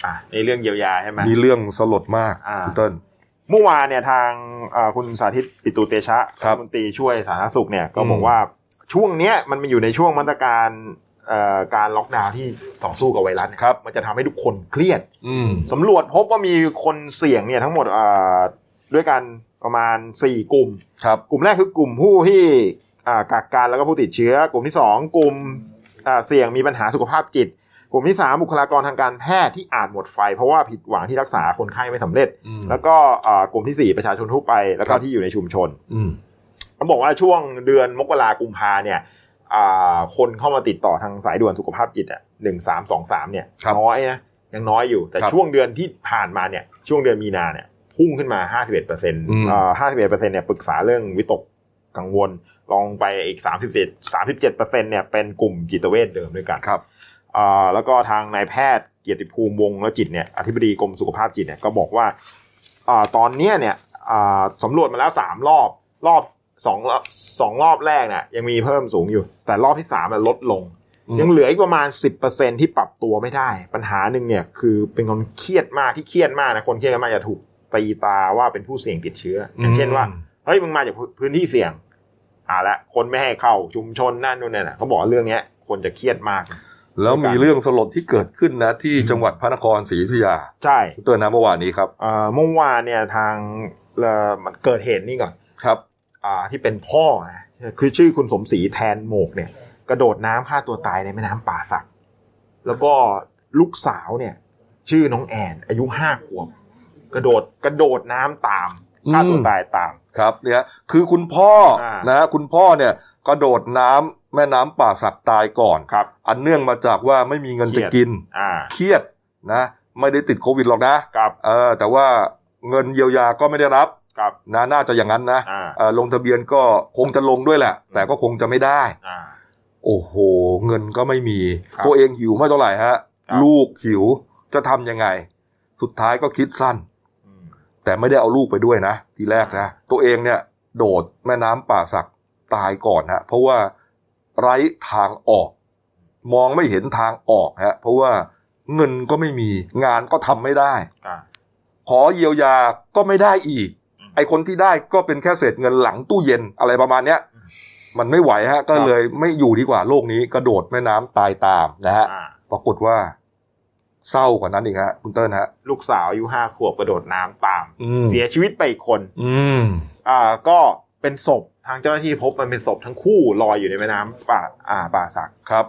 [SPEAKER 2] อ่ะในเรื่องเยียวยาใช่ไหม
[SPEAKER 1] มีเรื่องสลดมาก
[SPEAKER 2] อ่า
[SPEAKER 1] คุณเติ้ล
[SPEAKER 2] เมื่อวานเนี่ยทางเอ่อคุณสาธิตปิตุเตชะ
[SPEAKER 1] ครั
[SPEAKER 2] รับ ฐมนตรีช่วยสาธารณสุขเนี่ยก็
[SPEAKER 1] อืม
[SPEAKER 2] บอกว่าช่วงเนี้ยมันมีอยู่ในช่วงมาตรการเอ่อการล็อกดาวน์ที่ต่อสู้กับไวรัสเนี่ยมันจะทำให้ทุกคนเครียด
[SPEAKER 1] อืม
[SPEAKER 2] สำรวจพบว่ามีคนเสี่ยงเนี่ยทั้งหมดเอ่อด้วยกันประมาณ 4 กลุ่ม
[SPEAKER 1] ครับ
[SPEAKER 2] กลุ่มแรกคือกลุ่มผู้ที่อ่ากักกันแล้วก็ผู้ติดเชื้อ กลุ่มที่ 2 กลุ่มอ่าเสี่ยงมีปัญหาสุขภาพจิต กลุ่มที่ 3 บุคลากรทางการแพทย์ที่อาจหมดไฟ เพราะว่าผิดหวังที่รักษาคนไข้ไม่สำเร็จ
[SPEAKER 1] อืม
[SPEAKER 2] แล้วก็อ่ากลุ่มที่ 4 ประชาชนทั่วไป แล้วก็
[SPEAKER 1] ครับ
[SPEAKER 2] ที่อยู่ในชุมชน
[SPEAKER 1] อืม
[SPEAKER 2] เขาบอกว่าช่วงเดือนมกรากุมภาเนี่ยอ่าคนเข้ามาติดต่อทางสายด่วนสุขภาพจิตอ่ะหนึ่งสามสองสามเนี่ย
[SPEAKER 1] ครับ
[SPEAKER 2] น้อยนะยังน้อยอยู่ แต่
[SPEAKER 1] ครับ
[SPEAKER 2] ช่วงเดือนที่ผ่านมาเนี่ยช่วงเดือนมีนาเนี่ยพุ่งขึ้นมาห้าสิบเอ็ดเปอร์เซ็นต์
[SPEAKER 1] ม
[SPEAKER 2] ห้าสิบเอ็ดเปอร์เซ็นต์เนี่ยปรึกษาเรื่องวิตกกังวลลองไปอีกสามสิบเจ็ดสามสิบเจ็ดเปอร์เซ็นต์เนี่ยเป็นกลุ่มจิตเวชเดิมด้วยกัน
[SPEAKER 1] ครับ
[SPEAKER 2] อ่าแล้วก็ทางนายแพทย์เกียรติภูมิวงศ์และจิตเนี่ยอธิบดีกรมสุขภาพจิตเนี่ยก็บอกว่าอ่าตอนเนี้ยเนี่ยอ่าสำรวจมาแล้วสามรอบรอบสองรอบสองรอบแรกเนี่ยยังมีเพิ่มสูงอยู่ แต่รอบที่สามมันลดลง
[SPEAKER 1] อืม
[SPEAKER 2] ยังเหลืออีกประมาณ 10%ที่ปรับตัวไม่ได้ ปัญหาหนึ่งเนี่ยคือเป็นคนเครียดมากที่เครียดมากนะคนเครียดมากจะถูกตีตาว่าเป็นผู้เสี่ยงติดเชื้ออย่างเช่นว่า เฮ้ยมึงมาจากพื้นที่เสี่ยงเอาละคนไม่ให้เข้าชุมชนนั่นนู่นนี่นะเขาบอกว่าเรื่องเนี้ยคนจะเครียดมาก
[SPEAKER 1] แล้วมีเรื่องสลดที่เกิดขึ้นนะ ที่จังหวัดพระนครศรีอยุธยา
[SPEAKER 2] ใช่
[SPEAKER 1] คุณเติ้ลนะเมื่อวานนี้ครับ
[SPEAKER 2] เอ่อเมื่อวานเนี่ยทางเอ่อมันเกิดเหตุนี่ก่อน
[SPEAKER 1] ครับ
[SPEAKER 2] อ่าที่เป็นพ่อนะคือชื่อคุณสมศรีแทนโหมกเนี่ย กระโดดน้ำฆ่าตัวตายในแม่น้ำป่าสัก แล้วก็ลูกสาวเนี่ย ชื่อน้องแอน อายุห้าขวบ กระโดดกระโดดน้ำตามฆ่าตัวตายตาม
[SPEAKER 1] ครับเนี่ยคือคุณพ่อ
[SPEAKER 2] อ่าน
[SPEAKER 1] นะฮะคุณพ่อเนี่ยกระโดดน้ำแม่น้ำป่าสักตายก่อน
[SPEAKER 2] ครับ
[SPEAKER 1] อันเนื่องมาจากว่าไม่มีเงิน
[SPEAKER 2] เครี
[SPEAKER 1] จะ
[SPEAKER 2] ยด
[SPEAKER 1] กิน
[SPEAKER 2] อ่า
[SPEAKER 1] เครียดนะไม่ได้ติดโควิดหรอกนะ
[SPEAKER 2] กับ
[SPEAKER 1] เออแต่ว่าเงินเยียวยาก็ไม่ได้รับ
[SPEAKER 2] กับ
[SPEAKER 1] นะน่าจะอย่างนั้นนะ
[SPEAKER 2] อ่า
[SPEAKER 1] เออลงทะเบียนก็คงจะลงด้วยแหละ แต่ก็คงจะไม่ได้
[SPEAKER 2] อ่า
[SPEAKER 1] โอ้โห เงินก็ไม่มี
[SPEAKER 2] ครับ
[SPEAKER 1] ตัวเองหิวไม่เท่าไหร่ฮะ
[SPEAKER 2] ครับ
[SPEAKER 1] ลูกหิวจะทำยังไง สุดท้ายก็คิดสั้น
[SPEAKER 2] อืม
[SPEAKER 1] แต่ไม่ได้เอาลูกไปด้วยนะ ทีแรกนะ ตัวเองเนี่ย โดดแม่น้ำป่าสักตายก่อนฮะเพราะว่าไร้ทางออก มองไม่เห็นทางออกฮะเพราะว่าเงินก็ไม่มีงานก็ทำไม่ได้
[SPEAKER 2] อ่า
[SPEAKER 1] ขอเยียวยาก็ไม่ได้อีก
[SPEAKER 2] อืม
[SPEAKER 1] ไอคนที่ได้ก็เป็นแค่เศษเงินหลังตู้เย็นอะไรประมาณเนี้ย มันไม่ไหวฮะ ก็
[SPEAKER 2] ครับ
[SPEAKER 1] เลยไม่อยู่ดีกว่าโลกนี้กระโดดแม่น้ำตายตามนะฮะ
[SPEAKER 2] อ่า
[SPEAKER 1] ปรากฏว่า เศร้ากว่านั้นอีกฮะคุณเติ้ลฮะ
[SPEAKER 2] ลูกสาวอายุห้าขวบกระโดดน้ำตาม
[SPEAKER 1] อืม
[SPEAKER 2] เสียชีวิตไปอีกคน
[SPEAKER 1] อืม
[SPEAKER 2] อ่าก็เป็นศพทางเจ้าหน้าที่พบมันเป็นศพทั้งคู่ลอยอยู่ในแม่น้ำป่าอ่าป่าสัก
[SPEAKER 1] ครับ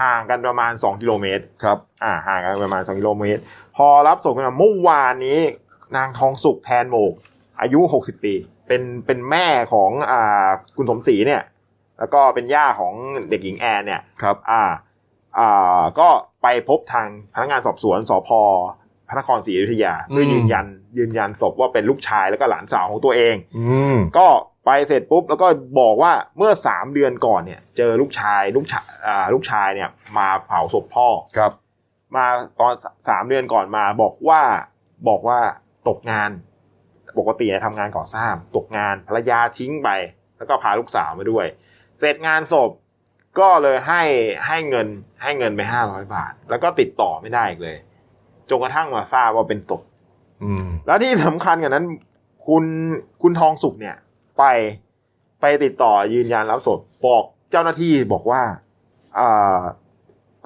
[SPEAKER 2] ห่างกันประมาณ 2 กิโลเมตร
[SPEAKER 1] ครับ
[SPEAKER 2] อ่าห่างกันประมาณ 2 กิโลเมตร พอรับศพกันมาเมื่อวานนี้ นางทองสุขแทนโหมก อายุ 60 ปี เป็นเป็นแม่ของอ่าคุณสมศรีเนี่ย แล้วก็เป็นย่าของเด็กหญิงแอนเนี่ย
[SPEAKER 1] ครับ
[SPEAKER 2] อ่าอ่าก็ไปพบทางพนักงานสอบสวนสพพระนครศรีอยุธยาเพื่อยืนยันยืนยันศพว่าเป็นลูกชายแล้วก็หลานสาวของตัวเอง
[SPEAKER 1] อืม
[SPEAKER 2] ก็ไปเสร็จปุ๊บแล้วก็บอกว่าเมื่อสามเดือนก่อนเนี่ย เจอลูกชายลูกชายอ่าลูกชายเนี่ย มาเผาศพพ่อ
[SPEAKER 1] ครับ
[SPEAKER 2] มาตอนสสามเดือนก่อนมาบอกว่าบอกว่าตกงาน ปกติเนี่ยทำงานก่อสร้างตกงานภรรยาทิ้งไป แล้วก็พาลูกสาวมาด้วย เสร็จงานศพก็เลยให้ให้เงินให้เงินไปห้าร้อยบาท แล้วก็ติดต่อไม่ได้อีกเลยจนกระทั่งมาทราบว่าเป็นศพ
[SPEAKER 1] อืม
[SPEAKER 2] แล้วที่สำคัญกว่านั้น คุณคุณทองสุกเนี่ย ไปไป ไปติดต่อยืนยันรับศพบอกเจ้าหน้าที่บอกว่าอ่า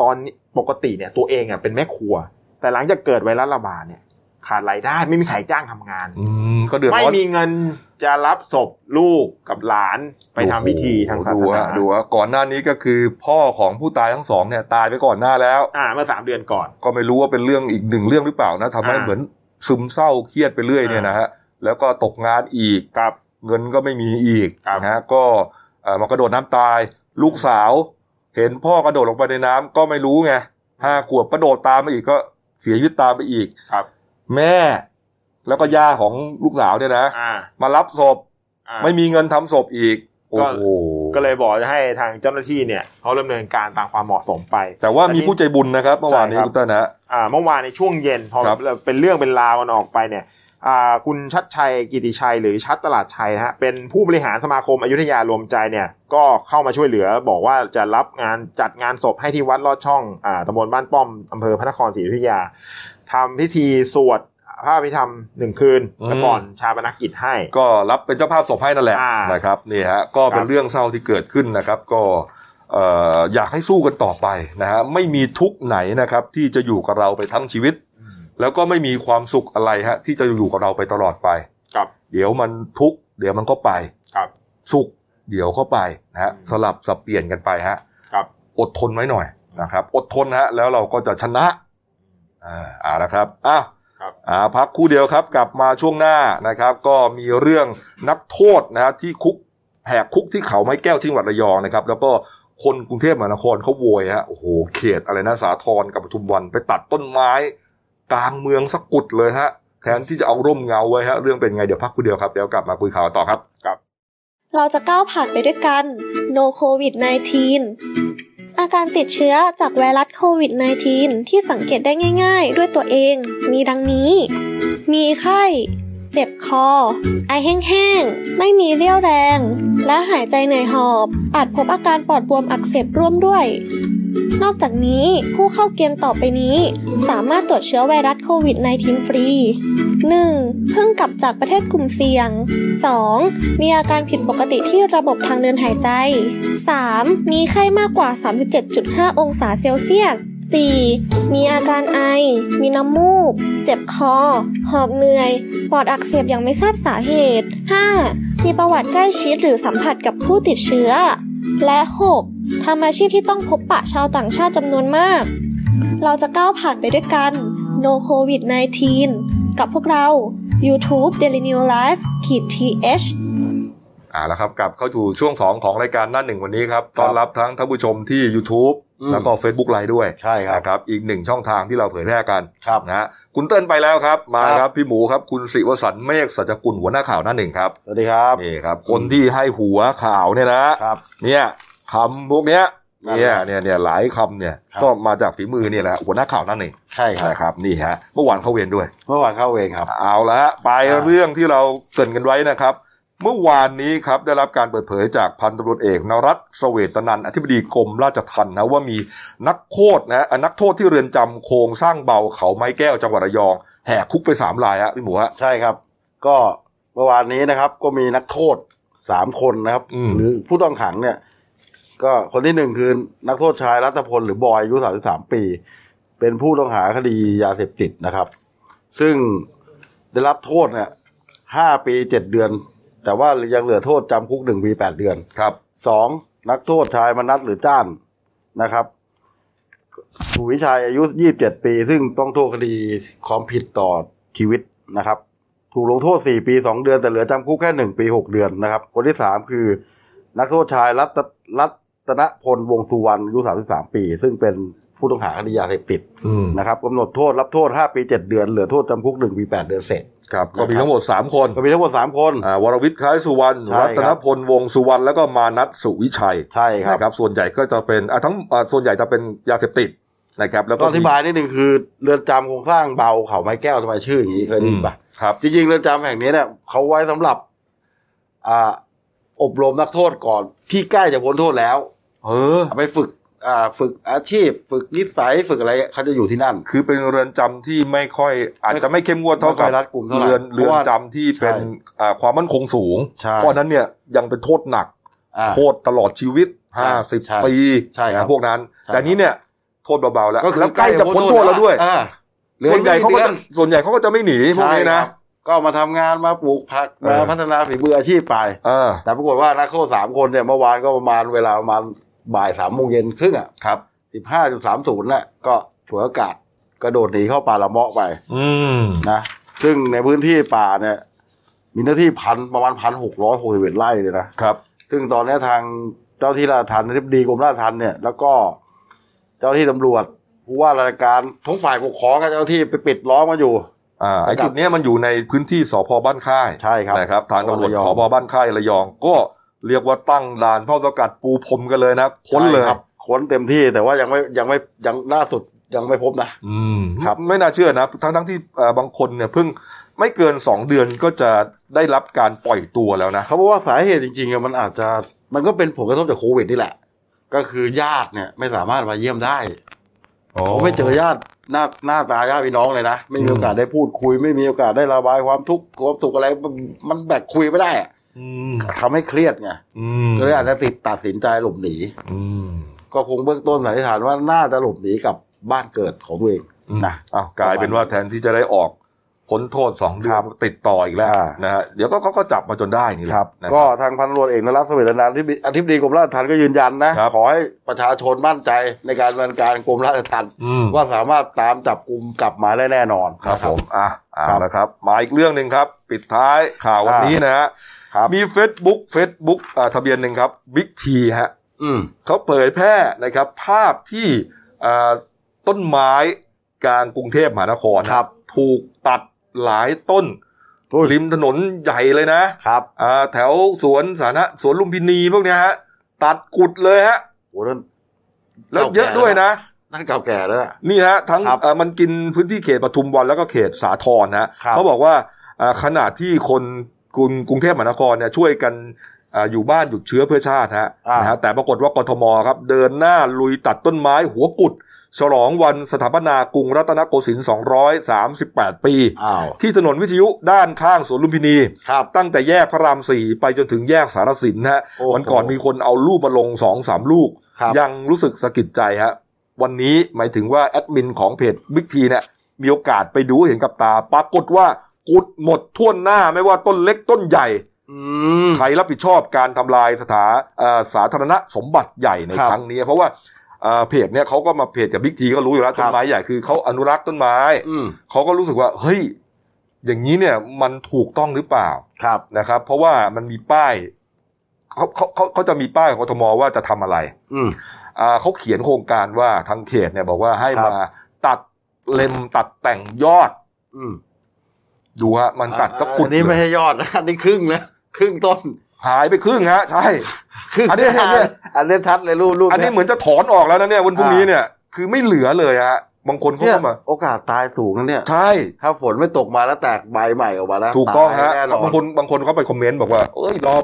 [SPEAKER 2] ตอนนี้ปกติเนี่ย ตัวเองอ่ะเป็นแม่ครัว แต่หลังจากเกิดไวรัสระบาดเนี่ย ขาดรายได้ไม่มีใครจ้างทำงาน
[SPEAKER 1] อืมก็เดือด
[SPEAKER 2] ไม่
[SPEAKER 1] ร้อน
[SPEAKER 2] มีเงินจะรับศพลูกกับหลานไปทำพิธีทางศาส
[SPEAKER 1] ดู
[SPEAKER 2] นา
[SPEAKER 1] ฮะดูฮะก่อนหน้านี้ก็คือพ่อของผู้ตายทั้งสองเนี่ยตายไปก่อนหน้าแล้ว
[SPEAKER 2] อ่าเมื่อสามเดือนก่อน
[SPEAKER 1] ก็ไม่รู้ว่าเป็นเรื่องอีกหนึ่งเรื่องหรือเปล่านะทำให้
[SPEAKER 2] อ่า
[SPEAKER 1] เหมือนซึมเศร้าเครียดไปเรื่อยเนี่ยนะฮะแล้วก็ตกงานอีก
[SPEAKER 2] ครับ
[SPEAKER 1] เงินก็ไม่มีอีก
[SPEAKER 2] ครับ
[SPEAKER 1] นะฮะก็เอ่อมากระโดดน้ำตาย ลูกสาว เห็นพ่อกระโดดลงไปในน้ำก็ไม่รู้ไงห้าขวบกระโดดตามไปอีกก็เสียชีวิตตามไปอีก
[SPEAKER 2] ครับ
[SPEAKER 1] แม่แล้วก็ย่าของลูกสาวเนี่ยนะ
[SPEAKER 2] อ่า
[SPEAKER 1] มารับศพ
[SPEAKER 2] อ่า
[SPEAKER 1] ไม่มีเงินทำศพอีก
[SPEAKER 2] ก็
[SPEAKER 1] โอ้โห
[SPEAKER 2] ก็เลยบอกจะให้ทางเจ้าหน้าที่เนี่ยเขาดำเนินการตามความเหมาะสมไป
[SPEAKER 1] แต่ว่ามีผู้ใจบุญนะครับเมื่อวานนี้
[SPEAKER 2] ใช่ครับ
[SPEAKER 1] คุณเต้นนะ
[SPEAKER 2] อ่าเมื่อวานในช่วงเย็นพอ
[SPEAKER 1] ครับ
[SPEAKER 2] เป็นเรื่องเป็นราวกันออกไปเนี่ยอ่าคุณชัดชัยกิติชัยหรือชัดตลาดชัยนะฮะเป็นผู้บริหารสมาคมอยุธยารวมใจเนี่ยก็เข้ามาช่วยเหลือบอกว่าจะรับงานจัดงานศพให้ที่วัดลอดช่องอ่าตำบลบ้านป้อมอำเภอพระนครศรีอยุธยาทำพิธีสวดพระอภิธรรมหนึ่งคืนแล้วก่อนชาปนกิจให้
[SPEAKER 1] ก็รับเป็นเจ้าภาพศพให้นั่นแหละ
[SPEAKER 2] อ่าน
[SPEAKER 1] นะครับนี่ฮะก็เป็
[SPEAKER 2] ครั
[SPEAKER 1] น
[SPEAKER 2] บ
[SPEAKER 1] เรื่องเศร้าที่เกิดขึ้นนะครับก็เอ่ออยากให้สู้กันต่อไปนะฮะไม่มีทุกข์ไหนนะครับที่จะอยู่กับเราไปทั้งชีวิต แล้วก็ไม่มีความสุขอะไรฮะที่จะอยู่กับเราไปตลอดไป
[SPEAKER 2] กับ
[SPEAKER 1] เดี๋ยวมันทุกข์เดี๋ยวมันก็ไป
[SPEAKER 2] ครับ
[SPEAKER 1] สุขเดี๋ยวก็ไปนะฮะ
[SPEAKER 2] อืม
[SPEAKER 1] สลับสับเปลี่ยนกันไปฮะ
[SPEAKER 2] ครับ
[SPEAKER 1] อดทนไว้หน่อยนะครับ อดทนฮะแล้วเราก็จะชนะอ่าเอาละครับอ้าว
[SPEAKER 2] ครับ
[SPEAKER 1] อ่าพักครู่เดียวครับกลับมาช่วงหน้านะครับ ก็มีเรื่องนักโทษนะฮะที่คุกแหกคุกที่เขาไม้แก้วที่จังหวัดระยองนะครับ แล้วก็คนกรุงเทพมหานครเขาโวยฮะโอ้โหเขตอะไรนะสาทรกับปทุมวันไปตัดต้นไม้กลางเมืองสะกุดเลยฮะแทนที่จะเอาร่มเงาไว้ฮะเรื่องเป็นไงเดี๋ยวพักครู่เดียวครับเดี๋ยวกลับมาคุยข่าวต่อครับ
[SPEAKER 5] เราจะก้าวผ่านไปด้วยกัน No COVID 19 อาการติดเชื้อจากไวรัสโควิด -19 ที่สังเกตได้ง่าย ๆ ด้วยตัวเอง มีดังนี้ มีไข้ เจ็บคอ ไอแห้งๆ ไม่มีเรี่ยวแรง และหายใจเหนื่อยหอบ อาจพบอาการปอดบวมอักเสบร่วมด้วย นอกจากนี้ผู้เข้าเกณฑ์ต่อไปนี้ สามารถตรวจเชื้อไวรัสโควิด -19 ฟรี 1. เพิ่งกลับจากประเทศกลุ่มเสี่ยง 2. มีอาการผิดปกติที่ระบบทางเดินหายใจ 3. มีไข้มากกว่า 37.5 องศาเซลเซียส 4. มีอาการไอ มีน้ำมูก เจ็บคอ หอบเหนื่อย ปอดอักเสบอย่างไม่ทราบสาเหตุ 5. มีประวัติใกล้ชิดหรือสัมผัสกับผู้ติดเชื้อ และ 6. ทำอาชีพที่ต้องพบปะชาวต่างชาติจำนวนมาก เราจะก้าวผ่านไปด้วยกัน No COVID 19 กับพวกเรา YouTube Daily New Life ขีด th
[SPEAKER 1] เอาละครับกลับเข้าสู่ช่วง 2 ของรายการหน้าหนึ่งวันนี้ครับต้อนรับทั้งท่านผู้ชมที่ YouTube
[SPEAKER 6] อืม
[SPEAKER 1] แล้วก็ Facebook ไลฟ์ด้วย
[SPEAKER 6] ใช่ครับ
[SPEAKER 1] นะครับอีกหนึ่งช่องทางที่เราเผยแพร่กัน
[SPEAKER 6] ครับ
[SPEAKER 1] นะฮะคุณเติ้ลไปแล้วครับ มา
[SPEAKER 6] ครับ
[SPEAKER 1] ครับ พี่หมูครับ คุณศิวสันต์เมฆสัจกุลหัวหน้าข่าวหน้าหนึ่งครับ
[SPEAKER 6] สวัสดีครับ
[SPEAKER 1] นี่ครับคนที่ให้หัวข่าวเนี่ยนะครับ เนี่ยคำพวกเนี้ย
[SPEAKER 6] นั่นแห
[SPEAKER 1] เนี่ย
[SPEAKER 6] ละ
[SPEAKER 1] เนี่ยเนี่ยหลายคำเนี่ย
[SPEAKER 6] ครับ
[SPEAKER 1] ก็มาจากฝีมือเนี่ยแหละหัวหน้าข่าวหน้าหนึ่ง
[SPEAKER 6] ใช่ครับ
[SPEAKER 1] นะครับนี่ฮะเมื่อวานเข้าเวรด้วย
[SPEAKER 6] เมื่อวานเข้าเวรครับ
[SPEAKER 1] เอาละฮะไป
[SPEAKER 6] อ่า
[SPEAKER 1] เรื่องที่เราเกรินกันไว้นะครับ เมื่อวานนี้ครับได้รับการเปิดเผยจากพันตำรวจเอกนรัตน์เสเวตนันท์อธิบดีกรมราชทัณฑ์นะว่ามีนักโทษนะเอ่อนักโทษที่เรือนจำโครงสร้างเบาเขาไม้แก้วจังหวัดระยอง แหกคุกไปสามรายฮะพี่หมูฮะ
[SPEAKER 6] ใช่ครับ ก็เมื่อวานนี้นะครับ ก็มีนักโทษสามคนนะครับ
[SPEAKER 1] อืม
[SPEAKER 6] หรือผู้ต้องขังเนี่ย ก็คนที่หนึ่งคือนักโทษชายรัตพลหรือบอยอายุสามสิบสามปี เป็นผู้ต้องหาคดียาเสพติดนะครับ ซึ่งได้รับโทษเนี่ยห้าปีเจ็ดเดือน แต่ว่ายังเหลือโทษจำคุกหนึ่งปีแปดเดือน
[SPEAKER 1] ครับ
[SPEAKER 6] สองนักโทษชายมนัสหรือจ้านนะครับสุวิชัยอายุยี่บเจ็ดปี ซึ่งต้องโทษคดีความผิดต่อชีวิตนะครับ ถูกลงโทษสี่ปีสองเดือน แต่เหลือจำคุกแค่หนึ่งปีหกเดือนนะครับ คนที่สามคือ นักโทษชายรัตรัตนพลวงสุวรรณอายุสามสิบสามปี ซึ่งเป็นผู้ต้องหาคดียาเสพติด
[SPEAKER 1] อืม
[SPEAKER 6] นะครับกำหนดโทษรับโทษห้าปีเจ็ดเดือนเหลือโทษจำคุกหนึ่งปีแปดเดือนเศษ
[SPEAKER 1] ครับ ก็มี
[SPEAKER 6] นะครับ
[SPEAKER 1] ทั้งหมดสามคน
[SPEAKER 6] ก็มีทั้งหมดสามคน
[SPEAKER 1] อ่าวรวิทย์คล้ายสุวรรณ
[SPEAKER 6] ใช่ครั
[SPEAKER 1] รั
[SPEAKER 6] บ
[SPEAKER 1] ตนพลวงสุวรรณแล้วก็มานัทสุวิชัย
[SPEAKER 6] ใช่ครับ
[SPEAKER 1] นะครับ ส่วนใหญ่ก็จะเป็นอ่ะทั้งอ่ะส่วนใหญ่จะเป็นยาเสพติดนะครับ แล้ว
[SPEAKER 6] ก็
[SPEAKER 1] ก็
[SPEAKER 6] อธิบายนิดนึงคือเรือนจำโครงสร้างเบาเขาไม้แก้วทำไมชื่ออย่างนี้เคยได้
[SPEAKER 1] อื
[SPEAKER 6] ยิ
[SPEAKER 1] ม
[SPEAKER 6] นปะ
[SPEAKER 1] ครับ
[SPEAKER 6] จริงๆเรือนจำแห่งนี้เนี่ยเขาไว้สำหรับ อ่า อบรมนักโทษก่อนที่ใกล้จะพ้นโทษแล้ว
[SPEAKER 1] เออ
[SPEAKER 6] เอาไปฝึก อ่าฝึกอาชีพ ฝึกนิสัยฝึกอะไรเขาจะอยู่ที่นั่น
[SPEAKER 1] คือเป็นเรือนจำที่ไม่ค่อย อาจจะไม่เข้มงวดเท่ากับ
[SPEAKER 6] ไม่ค่อยรัดกุมเท่าไหร่
[SPEAKER 1] เรือน
[SPEAKER 6] เพ
[SPEAKER 1] เรื
[SPEAKER 6] ราะ
[SPEAKER 1] อน
[SPEAKER 6] ว่า
[SPEAKER 1] จำที่เป็น
[SPEAKER 6] ใช่
[SPEAKER 1] อ่าความมั่นคงสูง
[SPEAKER 6] ใช่
[SPEAKER 1] เพราะฉะนั้นเนี่ยยังเป็นโทษหนัก
[SPEAKER 6] อ่า
[SPEAKER 1] โทษตลอดชีวิต
[SPEAKER 6] ใช่
[SPEAKER 1] ห้าสิบ
[SPEAKER 6] ใช่
[SPEAKER 1] ปี
[SPEAKER 6] ใช่ครับ
[SPEAKER 1] นะพวกนั้น
[SPEAKER 6] ใช่
[SPEAKER 1] แต่นี้เนี่ยโทษเบาๆแล้วแล้วใกล้จะพ้นโทษแล้วด้วย
[SPEAKER 6] อ่าเหลือ
[SPEAKER 1] ส่วนใหญ่เขาก็จะ
[SPEAKER 6] ไม่
[SPEAKER 1] ส่วนใหญ่เขาก็จะไม่หนี
[SPEAKER 6] กี่ดือ
[SPEAKER 1] พวกนี้นะ
[SPEAKER 6] ใช่ครับก็มาทำงานมาปลูกผัก
[SPEAKER 1] เออ
[SPEAKER 6] มาพัฒนาฝีมืออาชีพไป
[SPEAKER 1] เออ
[SPEAKER 6] แต่ปรากฏว่านักโทษสามคนเนี่ยเมื่อวานก็ประมาณเวลาประมาณบ่ายสามโมงเย็นครึ่งอ่ะ
[SPEAKER 1] ครับ
[SPEAKER 6] สิบห้าจุดสามศูนย์น่ะก็ฉวยโอกาสกระโดดหนีเข้าป่าละเมาะไป
[SPEAKER 1] อืม
[SPEAKER 6] นะซึ่งในพื้นที่ป่าเนี่ย มีเนื้อที่พันประมาณพันหกร้อยหกสิบเอ็ดไร่เลยนะ
[SPEAKER 1] ครับ
[SPEAKER 6] ซึ่งตอนเนี้ยทางเจ้าที่ราชทันทิบดีกรมราชทันเนี่ย แล้วก็เจ้าที่ตำรวจผู้ว่าราชการทุกฝ่ายปกครองกับเจ้าที่ไปปิดล้อมมาอยู่
[SPEAKER 1] อ่าไอ้
[SPEAKER 6] นะครับ
[SPEAKER 1] จุดเนี้ยมันอยู่ในพื้นที่สพบ้านค่าย
[SPEAKER 6] ใช่ครับ
[SPEAKER 1] นะครับ ทางตำรวจ
[SPEAKER 6] ระยอง
[SPEAKER 1] สพบ้านค่ายระยอง ก็เรียกว่าตั้งด่านเฝ้าสกัดปูพรมกันเลยนะพ้นเลย
[SPEAKER 6] ใช่ครับค้นเต็มที่แต่ว่ายังไม่ยังไม่ยังล่าสุดยังไม่พบนะ
[SPEAKER 1] อืม
[SPEAKER 6] ครับ
[SPEAKER 1] ไม่น่าเชื่อนะ ทั้งทั้งที่เอ่อบางคนเนี่ยเพิ่งไม่เกินสองเดือนก็จะได้รับการปล่อยตัวแล้วนะ
[SPEAKER 6] เขาบอกว่าสาเหตุจริงๆอะมันอาจจะมันก็เป็นผลกระทบจากโควิดนี่แหละ ก็คือญาติเนี่ยไม่สามารถมาเยี่ยมได้เขาไม่เจอญาติหน้าหน้าตาญาติพี่น้องเลยนะไม่มี
[SPEAKER 1] อืม
[SPEAKER 6] โอกาสได้พูดคุย ไม่มีโอกาสได้ระบายความทุกข์ความสุขอะไรมันมันแบบคุยไม่ได้อะ
[SPEAKER 1] อืม
[SPEAKER 6] ทำให้เครียดไง
[SPEAKER 1] อืม
[SPEAKER 6] ก็เลยอาจจะติดตัดสินใจหลบหนี
[SPEAKER 1] อืม
[SPEAKER 6] ก็คงเบื้องต้นสันนิษฐานว่าน่าจะหลบหนีกลับบ้านเกิดของตัวเองนะ
[SPEAKER 1] อ้าวกลายเป็นว่าแทนที่จะได้ออกพ้นโทษสองเดือ
[SPEAKER 6] คน รับ
[SPEAKER 1] ติดต่ออีกแล้ว
[SPEAKER 6] อ่าน
[SPEAKER 1] นะฮะเดี๋ยวก็เขาก็จับมาจนได้นี่แห
[SPEAKER 6] ค
[SPEAKER 1] ละ
[SPEAKER 6] รับ
[SPEAKER 1] นะ
[SPEAKER 6] ก็ทางพันตำรวจเอกนรัตน์เสวตนานท์ที่อธิบดีกรมราชทัณฑ์ก็ยืนยันนะ
[SPEAKER 1] ครับ
[SPEAKER 6] ขอให้ประชาชนมั่นใจในการดำเนินการกรมราชทัณฑ์
[SPEAKER 1] อืม
[SPEAKER 6] ว่าสามารถตามจับกลุ่มกลับมาได้แน่นอน
[SPEAKER 1] ครับผม อ่ะเอา
[SPEAKER 6] ครับ
[SPEAKER 1] ละครับ มาอีกเรื่องหนึ่งครับ ปิดท้ายข่าววัน
[SPEAKER 6] อ่านี้
[SPEAKER 1] นี้นะฮะ
[SPEAKER 6] ครับ
[SPEAKER 1] มี Facebook Facebook อ่าทะเบียนหนึ่งครับบิ๊กทีฮะ
[SPEAKER 6] อืม
[SPEAKER 1] เขาเผยแพร่นะครับ ภาพที่อ่าต้นไม้กลางกรุงเทพมหานคร
[SPEAKER 6] ครับ
[SPEAKER 1] ถูกตัดหลายต้น ริมถนนใหญ่เลยนะครับ อ่าแถวสวนสาธารณะสวนลุมพินีพวกเนี้ยฮะ ตัดกุดเลยฮะ
[SPEAKER 6] โอ้นั่น
[SPEAKER 1] แล้วเยอะด้วยนะ
[SPEAKER 6] นั่นเก่าแก่แล้วนะ
[SPEAKER 1] นี่ฮะทั้ง
[SPEAKER 6] ครับ
[SPEAKER 1] เอ่อมันกินพื้นที่เขตปทุมวันแล้วก็เขตสาทรนะฮะ
[SPEAKER 6] ครับ
[SPEAKER 1] เขาบอกว่าเอ่อขณะที่คนกรุงกรุงเทพมหานครเนี่ยช่วยกันเอ่ออยู่บ้านหยุดเชื้อเพื่อชาติฮะ
[SPEAKER 6] อ่าน
[SPEAKER 1] นะฮะแต่ปรากฏว่ากทมครับเดินหน้าลุยตัดต้นไม้หัวกุด ฉลองวันสถาปนากรุงรัตนโกสินทร์238 ปี
[SPEAKER 6] อ้าว
[SPEAKER 1] ที่ถนนวิทยุด้านข้างสวนลุมพินี
[SPEAKER 6] ครับ
[SPEAKER 1] ตั้งแต่แยกพระรามสี่ไปจนถึงแยกสารสินฮะ
[SPEAKER 6] โอ้โห
[SPEAKER 1] วันก่อนมีคนเอารูปมาลงสองสามลูก
[SPEAKER 6] ครับ
[SPEAKER 1] ยังรู้สึกสะกิดใจฮะวันนี้หมายถึงว่าแอดมินของเพจบิ๊กทีเนี่ยมีโอกาสไปดูเห็นกับตา ปรากฏว่ากุดหมดท่วนหน้าไม่ว่าต้นเล็กต้นใหญ่
[SPEAKER 6] อืม
[SPEAKER 1] ใครรับผิดชอบการทำลายสถาเอ่อสาธารณสมบัติใหญ่ใน
[SPEAKER 6] ครับ
[SPEAKER 1] ครั้งนี้ เพราะว่าเอ่อเพจเนี่ยเขาก็มาเพจกับบิ๊กทีก็รู้อยู่แล้วต้นไม้ใหญ่คือเขาอนุรักษ์ต้นไม้
[SPEAKER 6] อืม
[SPEAKER 1] เขาก็รู้สึกว่าเฮ้ยอย่างนี้เนี่ยมันถูกต้องหรือเปล่า
[SPEAKER 6] ครับ
[SPEAKER 1] นะครับเพราะว่ามันมีป้ายเขาเขาเขาเขาจะมีป้ายของกทมว่าจะทำอะไร
[SPEAKER 6] อืม
[SPEAKER 1] อ่าเขาเขียนโครงการว่าทางเขตเนี่ยบอกว่าให้
[SPEAKER 6] ครับ
[SPEAKER 1] มาตัดเล็มตัดแต่งยอด
[SPEAKER 6] อืม
[SPEAKER 1] ดูฮะมันตัดสักกุด
[SPEAKER 6] อันนี้ไม่
[SPEAKER 1] เลย
[SPEAKER 6] ใช่ยอดนะ *laughs* อันนี้ครึ่งนะครึ่งต้น
[SPEAKER 1] หายไปครึ่งฮะใช่
[SPEAKER 6] ครึ่ง
[SPEAKER 1] อันนี้เนี่ย
[SPEAKER 6] อันนี้ชัดเลยรูปรูป
[SPEAKER 1] อันนี้
[SPEAKER 6] ย
[SPEAKER 1] เหมือนจะถอนออกแล้วนะเนี่ยวันพรุ่งนี้เนี่ย คือไม่เหลือเลยฮะบางคนเขา
[SPEAKER 6] เนี่ย
[SPEAKER 1] ก็มา
[SPEAKER 6] โอกาสตายสูงนะเนี่ย
[SPEAKER 1] ใช่
[SPEAKER 6] ถ้าฝนไม่ตกมาแล้วแตกใบใหม่ออกมานะ
[SPEAKER 1] ถูกต้อง
[SPEAKER 6] า
[SPEAKER 1] ฮะ
[SPEAKER 6] ยแน่นอน
[SPEAKER 1] บางคนบางคนเขาไปคอมเมนต์บอกว่าเอ้ยรอ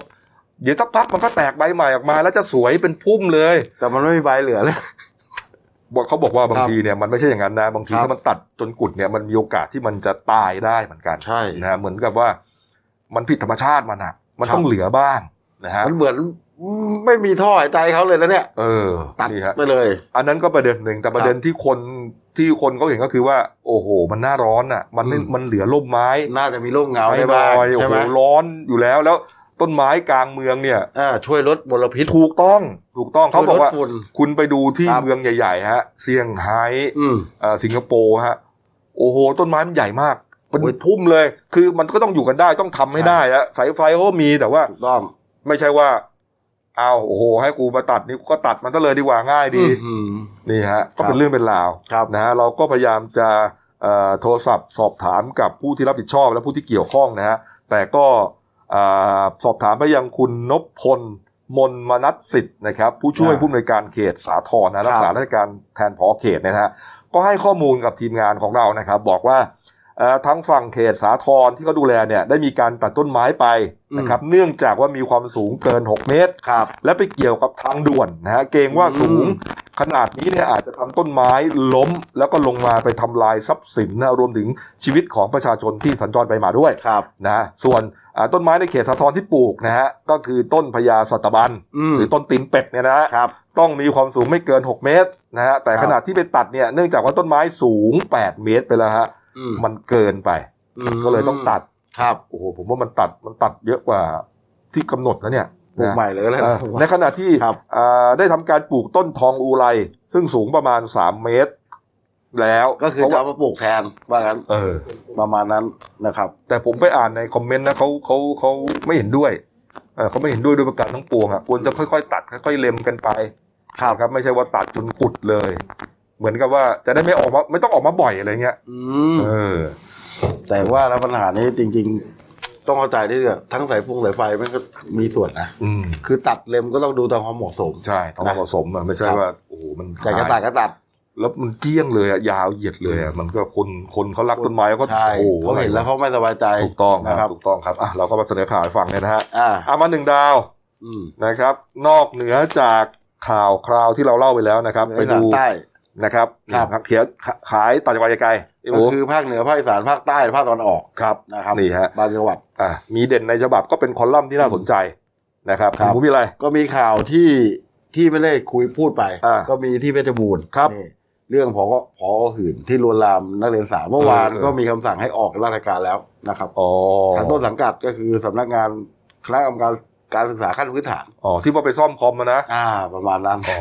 [SPEAKER 1] เดี๋ยวสักพักมันก็แตกใบใหม่ออกมา แล้วจะสวยเป็นพุ่มเลย
[SPEAKER 6] แต่มันไม่มีใบเหลือเลย
[SPEAKER 1] บอกเขาบอกว่าบา
[SPEAKER 6] ค
[SPEAKER 1] ง
[SPEAKER 6] รับ
[SPEAKER 1] ทีเนี่ยมันไม่ใช่อย่างนั้นนะบางที
[SPEAKER 6] ครับ
[SPEAKER 1] ถ้ามันตัดจนกุดเนี่ยมันมีโอกาสที่มันจะตายได้เหมือนกัน
[SPEAKER 6] ใช่
[SPEAKER 1] นะฮะเหมือนกับว่า มันผิดธรรมชาติมันอ่ะ มัน
[SPEAKER 6] ครับ
[SPEAKER 1] ต้องเหลือบ้างนะฮะ
[SPEAKER 6] มันเหมือนไม่มีท่อหายใจเขาเลยแล้วเนี่ย
[SPEAKER 1] เออ
[SPEAKER 6] ตัด
[SPEAKER 1] นี่ฮะ
[SPEAKER 6] ไปเลย
[SPEAKER 1] อันนั้นก็ประเด็นหนึ่งแต่ประเด็นที่คนที่คนเขาเห็นก็คือว่า โอ้โห มันหน้าร้อนอ่ะ มันไม่
[SPEAKER 6] อืม
[SPEAKER 1] มันเหลือร่มไม้
[SPEAKER 6] น่าจะมีร่มเงาได้
[SPEAKER 1] ล
[SPEAKER 6] บ้าง
[SPEAKER 1] อยโอ้
[SPEAKER 6] ใช่ไห
[SPEAKER 1] โห
[SPEAKER 6] ม
[SPEAKER 1] ร้อนอยู่แล้วแล้วต้นไม้กลางเมืองเนี่ย
[SPEAKER 6] อ่าช่วยลดมลพิษ
[SPEAKER 1] ถูกต้องถูกต้องเขาบอกว่า
[SPEAKER 6] ช่ยลดฝุ่น
[SPEAKER 1] คุณไปดูที่
[SPEAKER 6] ครับ
[SPEAKER 1] เมืองใหญ่ๆฮะเซี่ยงไฮ้
[SPEAKER 6] อืม
[SPEAKER 1] เอ่อสิงคโปร์ฮะโอ้โห ต้นไม้มันใหญ่มากเป็น
[SPEAKER 6] โอ้ย
[SPEAKER 1] พุ่มเลย คือมันก็ต้องอยู่กันได้ต้องทำให้
[SPEAKER 6] ใช่
[SPEAKER 1] ได้อะสายไฟเขาก็มีแต่ว่า
[SPEAKER 6] ถูกต้อง
[SPEAKER 1] ไม่ใช่ว่าเอาโอ้โห ให้กูมาตัดนี่กูก็ตัดมันซะเลยดีกว่าง่ายดี
[SPEAKER 6] อืม
[SPEAKER 1] นี่ฮะ ก็เป็
[SPEAKER 6] ครั
[SPEAKER 1] น
[SPEAKER 6] บ
[SPEAKER 1] เรื่องเป็นราว
[SPEAKER 6] ครับ
[SPEAKER 1] นะฮะเราก็พยายามจะเอ่อโทรศัพท์สอบถามกับผู้ที่รับผิดชอบและผู้ที่เกี่ยวข้องนะฮะแต่ก็เอ่อสอบถามไปยังคุณนพพลมนมนัสสิทธิ์นะครับ ผู้ช่วย
[SPEAKER 6] อ่า
[SPEAKER 1] ผู้อำนวยการเขตสาทรนะ
[SPEAKER 6] ครั
[SPEAKER 1] รับ กษาราชการแทนผอเขตเนยนะฮะก็ให้ข้อมูลกับทีมงานของเรานะครับ บอกว่าเอ่อทั้งฝั่งเขตสาทรที่เขาดูแลเนี่ยได้มีการตัดต้นไม้ไปนะครับ เนื่องจากว่ามีความสูงเกิน 6 เมตร
[SPEAKER 6] ครับ
[SPEAKER 1] และไปเกี่ยวกับทางด่วนนะฮะเกรงว่าสูง
[SPEAKER 6] อืม
[SPEAKER 1] ข ขนาดนี้เนี่ยอาจจะทำต้นไม้ล้ม แล้วก็ลงมาไปทำลายทรัพย์สินนะรวมถึงชีวิตของประชาชนที่สัญจรไปมาด้วย
[SPEAKER 6] ครับ
[SPEAKER 1] นะฮะส่วนอ่าต้นไม้ในเขตสาทรที่ปลูกนะฮะก็คือต้นพญาสัตบัน
[SPEAKER 6] อืม
[SPEAKER 1] หรือต้นตีนเป็ดเนี่ยนะฮะ
[SPEAKER 6] ครับ
[SPEAKER 1] ต้องมีความสูงไม่เกิน 6 เมตรนะฮะแต่
[SPEAKER 6] ครับ
[SPEAKER 1] ขนาดที่ไปตัดเนี่ยเนื่องจากว่าต้นไม้สูง 8 เมตรไปแล้วฮะ
[SPEAKER 6] อืม
[SPEAKER 1] มันเกินไป
[SPEAKER 6] อืม
[SPEAKER 1] ก็เลยต้องตัด
[SPEAKER 6] ครับ
[SPEAKER 1] โอ้โหผมว่ามันตัดมันตัดเยอะกว่าที่กำหนดนะเนี่ย
[SPEAKER 6] ปลูก
[SPEAKER 1] นะ
[SPEAKER 6] ใหม่เลยก็ได้
[SPEAKER 1] เอ
[SPEAKER 6] นะ
[SPEAKER 1] อในขณะที่
[SPEAKER 6] ครับ
[SPEAKER 1] อ่าได้ทำการปลูกต้นทองอูไรซึ่งสูงประมาณ 3 เมตร แล้ว
[SPEAKER 6] ก็คือจะเอามาปลูกแทนว่างั้น
[SPEAKER 1] เออ
[SPEAKER 6] ประมาณนั้นนะครับ
[SPEAKER 1] แต่ผมไปอ่านในคอมเมนต์นะเขาเขาเขาไม่เห็นด้วยเอ่อเขาไม่เห็นด้วยด้วยประการทั้งปวงอ่ะควรจะค่อยๆ ตัดค่อยๆเล็มกันไป
[SPEAKER 6] ครับ
[SPEAKER 1] นะครับ ไม่ใช่ว่าตัดจนกุดเลย เหมือนกับว่าจะได้ไม่ออกมาไม่ต้องออกมาบ่อยอะไรเงี้ย
[SPEAKER 6] อืม
[SPEAKER 1] เออ
[SPEAKER 6] แต่ว่าแล้วปัญหานี้จริง ๆ ต้องเข้าใจด้วยเนี่ยทั้งสายฟงสายไฟมันก็มีส่วนนะ
[SPEAKER 1] อืม
[SPEAKER 6] คือตัดเล็มก็ต้องดูตามความเหมาะสม
[SPEAKER 1] ใช่ต้องเหมาะสมอ่ะไม่ใช่
[SPEAKER 6] ครับ
[SPEAKER 1] ว่าโอ้โหมัน
[SPEAKER 6] อยากจะตัดก็ตัด
[SPEAKER 1] แล้วมันเกลี้ยงเลยอ่ะยาวเหยียดเลยอ่ะมันก็คนคนเขารักต้นไม้เขาก็
[SPEAKER 6] ใช่
[SPEAKER 1] โอ้โห
[SPEAKER 6] เขาเห็นแล้วเขาไม่สบายใจ
[SPEAKER 1] ถูกต้องค
[SPEAKER 6] นะค
[SPEAKER 1] รั
[SPEAKER 6] รั
[SPEAKER 1] บบ ถูกต้องครับอ่ะเราก็มาเสนอข่าวให้ฟังเนี่ยนะฮะ
[SPEAKER 6] อ่า
[SPEAKER 1] อ่ะมาหนึ่งดาว
[SPEAKER 6] อืม
[SPEAKER 1] นะครับ นอกเหนือจากข่าวคราวที่เราเล่าไปแล้วนะครับ ไป
[SPEAKER 6] ไปดู
[SPEAKER 1] ดู
[SPEAKER 6] ใต้
[SPEAKER 1] นะครับ
[SPEAKER 6] ครับ
[SPEAKER 1] นักเขียนขาขายต่างจังหวัดไกลๆพี่ห
[SPEAKER 6] ก็
[SPEAKER 1] มู
[SPEAKER 6] คือภาคเหนือภาคอีสานภาคใต้ภาคตะวันออก
[SPEAKER 1] ครับ
[SPEAKER 6] นะครับ
[SPEAKER 1] นี่ฮะ
[SPEAKER 6] บางจังหวัด
[SPEAKER 1] อ่ะมีเด่นในฉบับก็เป็นคอลัมน์ที่น่าสนใจนะครับ
[SPEAKER 6] ครับ
[SPEAKER 1] ณหมูมีอะไร
[SPEAKER 6] ก็มีข่าวที่ที่ไม่ได้คุยพูดไป
[SPEAKER 1] อ่า
[SPEAKER 6] ก็มีที่เพชรบูรณ์
[SPEAKER 1] ครับ
[SPEAKER 6] นี่เรื่องพอพอหื่นที่ลวนลามนักเรียนสาวเมื่อวาน
[SPEAKER 1] เออ
[SPEAKER 6] ก็มีคำสั่งให้ออกราชการแล้วนะครับ
[SPEAKER 1] อ๋อ
[SPEAKER 6] ทางต้นสังกัดก็คือสำนักงานคณะกรรมการการศึกษาขั้นพื้นฐาน
[SPEAKER 1] อ๋อที่ว่าไปซ่อมคอมมานะ
[SPEAKER 6] อ่า ประมาณนั้น
[SPEAKER 1] อ๋อ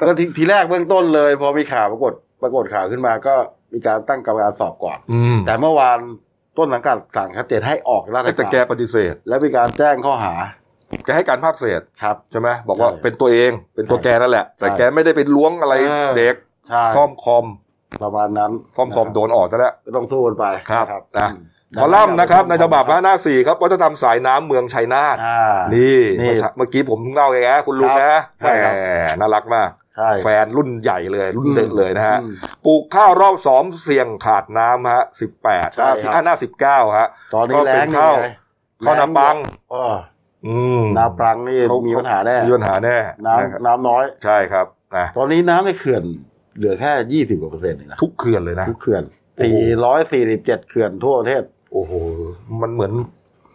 [SPEAKER 6] ก็ทีทีแรกเบื้องต้นเลย พอมีข่าวปรากฏปรากฏข่าวขึ้นมาก็มีการตั้งกรรมการสอบก่อน
[SPEAKER 1] อืม
[SPEAKER 6] แต่เมื่อวานต้นสังกัดสั่งชัดเจนให้ออกราช
[SPEAKER 1] แต่
[SPEAKER 6] การ
[SPEAKER 1] แกปฏิเสธ
[SPEAKER 6] และมีการแจ้งข้อหา
[SPEAKER 1] แกให้การภาคเศษ
[SPEAKER 6] ครับ
[SPEAKER 1] ใช่ไหมบอกว่า
[SPEAKER 6] ใช่
[SPEAKER 1] เป็นตัวเองเป็นตัวแกนั่นแหละ แต่
[SPEAKER 6] ใช่
[SPEAKER 1] แกไม่ได้ไปล้วงอะไร
[SPEAKER 6] เออ
[SPEAKER 1] เด็ก
[SPEAKER 6] ใช่
[SPEAKER 1] ซ่อมคอม
[SPEAKER 6] ประมาณนั้น
[SPEAKER 1] ซ่อมคอม
[SPEAKER 6] นะรับ
[SPEAKER 1] โดนออกซะแล้ว
[SPEAKER 6] ก็ต้องสู้กันไป
[SPEAKER 1] ครับนะ
[SPEAKER 6] อืม
[SPEAKER 1] คอลัมน์นะครับในฉบับหน้าสี่ครับวัฒนธรรมสายน้ำเมืองชัยนาท
[SPEAKER 6] อ่า
[SPEAKER 1] นี่
[SPEAKER 6] นี่
[SPEAKER 1] เมื่อเช้าเมื่อกี้ผมเพิ่งเล่าเองนะคุณลุงนะแห
[SPEAKER 6] ครับใช่ครับ
[SPEAKER 1] มน่ารักมาก
[SPEAKER 6] ใช่
[SPEAKER 1] แฟนรุ่นใหญ่เลยรุ่นเด็กเลยนะฮะ
[SPEAKER 6] อืม
[SPEAKER 1] ปลูกข้าวรอบสองเสี่ยงขาดน้ำฮะสิบแปด
[SPEAKER 6] ใช่
[SPEAKER 1] หน้า
[SPEAKER 6] ครับ
[SPEAKER 1] อ่ะหน้าสิบเก้าฮะ
[SPEAKER 6] ตอนนี้
[SPEAKER 1] ก็
[SPEAKER 6] แร
[SPEAKER 1] เป็น
[SPEAKER 6] งนี่
[SPEAKER 1] ข้าว
[SPEAKER 6] ไง
[SPEAKER 1] ข้าวนาปัง
[SPEAKER 6] เออ
[SPEAKER 1] อืม
[SPEAKER 6] นาปรังนี่
[SPEAKER 1] เขา
[SPEAKER 6] มีปัญหาแน่
[SPEAKER 1] มีปัญหาแน่นะครับ
[SPEAKER 6] น้ำน้ำน้อย
[SPEAKER 1] ใช่ครับนะ
[SPEAKER 6] ตอนนี้น้ำในเขื่อนเหลือแค่ยี่สิบกว่าเปอร์เซ็นต์เองนะ
[SPEAKER 1] ทุกเขื่อนเลยนะ
[SPEAKER 6] ทุกเขื่อน
[SPEAKER 1] โอ้โห
[SPEAKER 6] สี่ร้อยสี่สิบเจ็ดเขื่อนทั่วประเทศ
[SPEAKER 1] โอ้โห มันเหมือน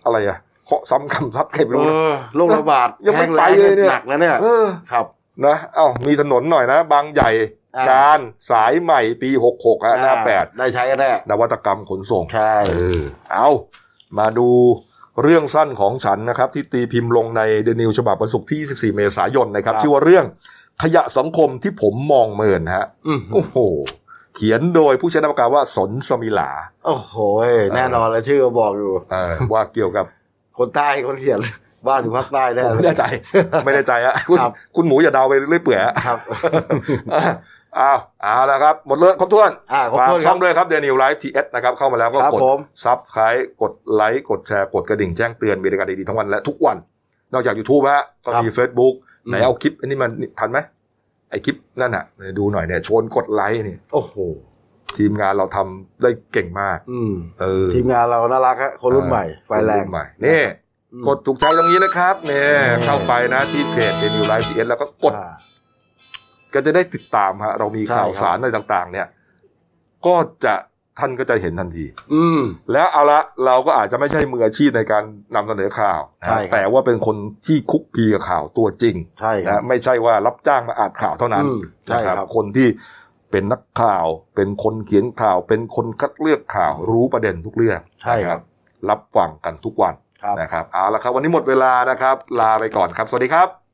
[SPEAKER 1] อะไรอะเคาะซ้ำคำซัดใครไม่รู้นะ
[SPEAKER 6] อโรคระบาด
[SPEAKER 1] ยังไม่
[SPEAKER 6] แห้แล้ง
[SPEAKER 1] ไปเลยเนี่ย
[SPEAKER 6] หนักแล้วเนี่ย
[SPEAKER 1] เออ
[SPEAKER 6] ครับ
[SPEAKER 1] นะเอ้ามีถนนหน่อยนะ บางใหญ่
[SPEAKER 6] อ่า
[SPEAKER 1] การสายใหม่ปีหกหกฮะหน้าแปด
[SPEAKER 6] ได้ใช้กันแน่
[SPEAKER 1] นวัตกรรมขนส่ง
[SPEAKER 6] ใช่
[SPEAKER 1] เออเอามาดูเรื่องสั้นของฉันนะครับ ที่ตีพิมพ์ลงในเดนิวฉบับวันศุกร์ที่ 24 เมษายนนะครับ ชื่อว่าเรื่องขยะสังคมที่ผมมองเมินฮะ
[SPEAKER 6] อืม
[SPEAKER 1] โอ้โห เขียนโดยผู้ใช้นามปากกาว่าสนสมิลา
[SPEAKER 6] โอ้โหแน่นอนแล้วชื่อก็บอกอยู่
[SPEAKER 1] เอ *laughs* อว่าเกี่ยวกับ
[SPEAKER 6] คนใต้คนเขียน *laughs* บ้านอยู่ภาคใต้แน่
[SPEAKER 1] ผม
[SPEAKER 6] เลย
[SPEAKER 1] ไม่แน่ใจ *laughs* ไม่แน่ใจอะคุณ
[SPEAKER 6] ครับ
[SPEAKER 1] คุณหมูอย่าเดาไปเรื่อยเปื่อยอะ *laughs*
[SPEAKER 6] ครับ
[SPEAKER 1] อ่ะอ้าวเอาละครับ หมดเลยครบถ้วน
[SPEAKER 6] อ่าขอบ
[SPEAKER 1] ฝาก
[SPEAKER 6] คุณค
[SPEAKER 1] ช่
[SPEAKER 6] รั
[SPEAKER 1] อบ งด้วยครับเดนิวไลฟ์ทีเอสนะครับ เข้ามาแล้วก็
[SPEAKER 6] ครับ
[SPEAKER 1] กด
[SPEAKER 6] ผม
[SPEAKER 1] ซับสไครต์กดไลค์กดแชร์กดกระดิ่งแจ้งเตือนมีรายการดีๆทั้งวันและทุกวัน นอกจาก YouTube ฮะก็มี Facebook ไหนเอาคลิป อันนี้มันทันไหมไอคลิปนั่นอ่ะดูหน่อยเนี่ยชวนกดไลค์เนี่ย
[SPEAKER 6] โอ้โห
[SPEAKER 1] ทีมงานเราทำได้เก่งมาก
[SPEAKER 6] อืม
[SPEAKER 1] เออ
[SPEAKER 6] ทีมงานเราน่ารักฮะคนรุ่นใหม่ ไฟแร
[SPEAKER 1] ค
[SPEAKER 6] ง
[SPEAKER 1] นนใหม่นี่
[SPEAKER 6] อืม
[SPEAKER 1] กดถูกใจตรงนี้นะครับเนี่ยเข้าไปนะที่เพจเดนิวไลฟ์ทีเอสแล้วก็กด
[SPEAKER 6] อ่า
[SPEAKER 1] ก็จะได้ติดตามฮะเรามี
[SPEAKER 6] ใช่ครับ
[SPEAKER 1] ข่าวสารอะไรต่างๆ เนี่ย ก็จะท่านก็จะเห็นทันที
[SPEAKER 6] อืม
[SPEAKER 1] แล้วเอาละเราก็อาจจะไม่ใช่มืออาชีพในการนำเสนอข่าวนะ
[SPEAKER 6] ใช่ครับ
[SPEAKER 1] แต่ว่าเป็นคนที่คุกคีกับข่าวตัวจริง
[SPEAKER 6] ใช่ครั
[SPEAKER 1] นะ
[SPEAKER 6] บ
[SPEAKER 1] ไม่ใช่ว่ารับจ้างมาอ่านข่าวเท่านั้น
[SPEAKER 6] อืมใช่
[SPEAKER 1] นะครับ คนที่เป็นนักข่าว เป็นคนเขียนข่าว เป็นคนคัดเลือกข่าวรู้ประเด็นทุกเรื่อง
[SPEAKER 6] ใช่ครับ
[SPEAKER 1] รับฟังกันทุกวัน
[SPEAKER 6] ครับ
[SPEAKER 1] นะครับเอาละครับ วันนี้หมดเวลานะครับ ลาไปก่อนครับ สวัสดีครับ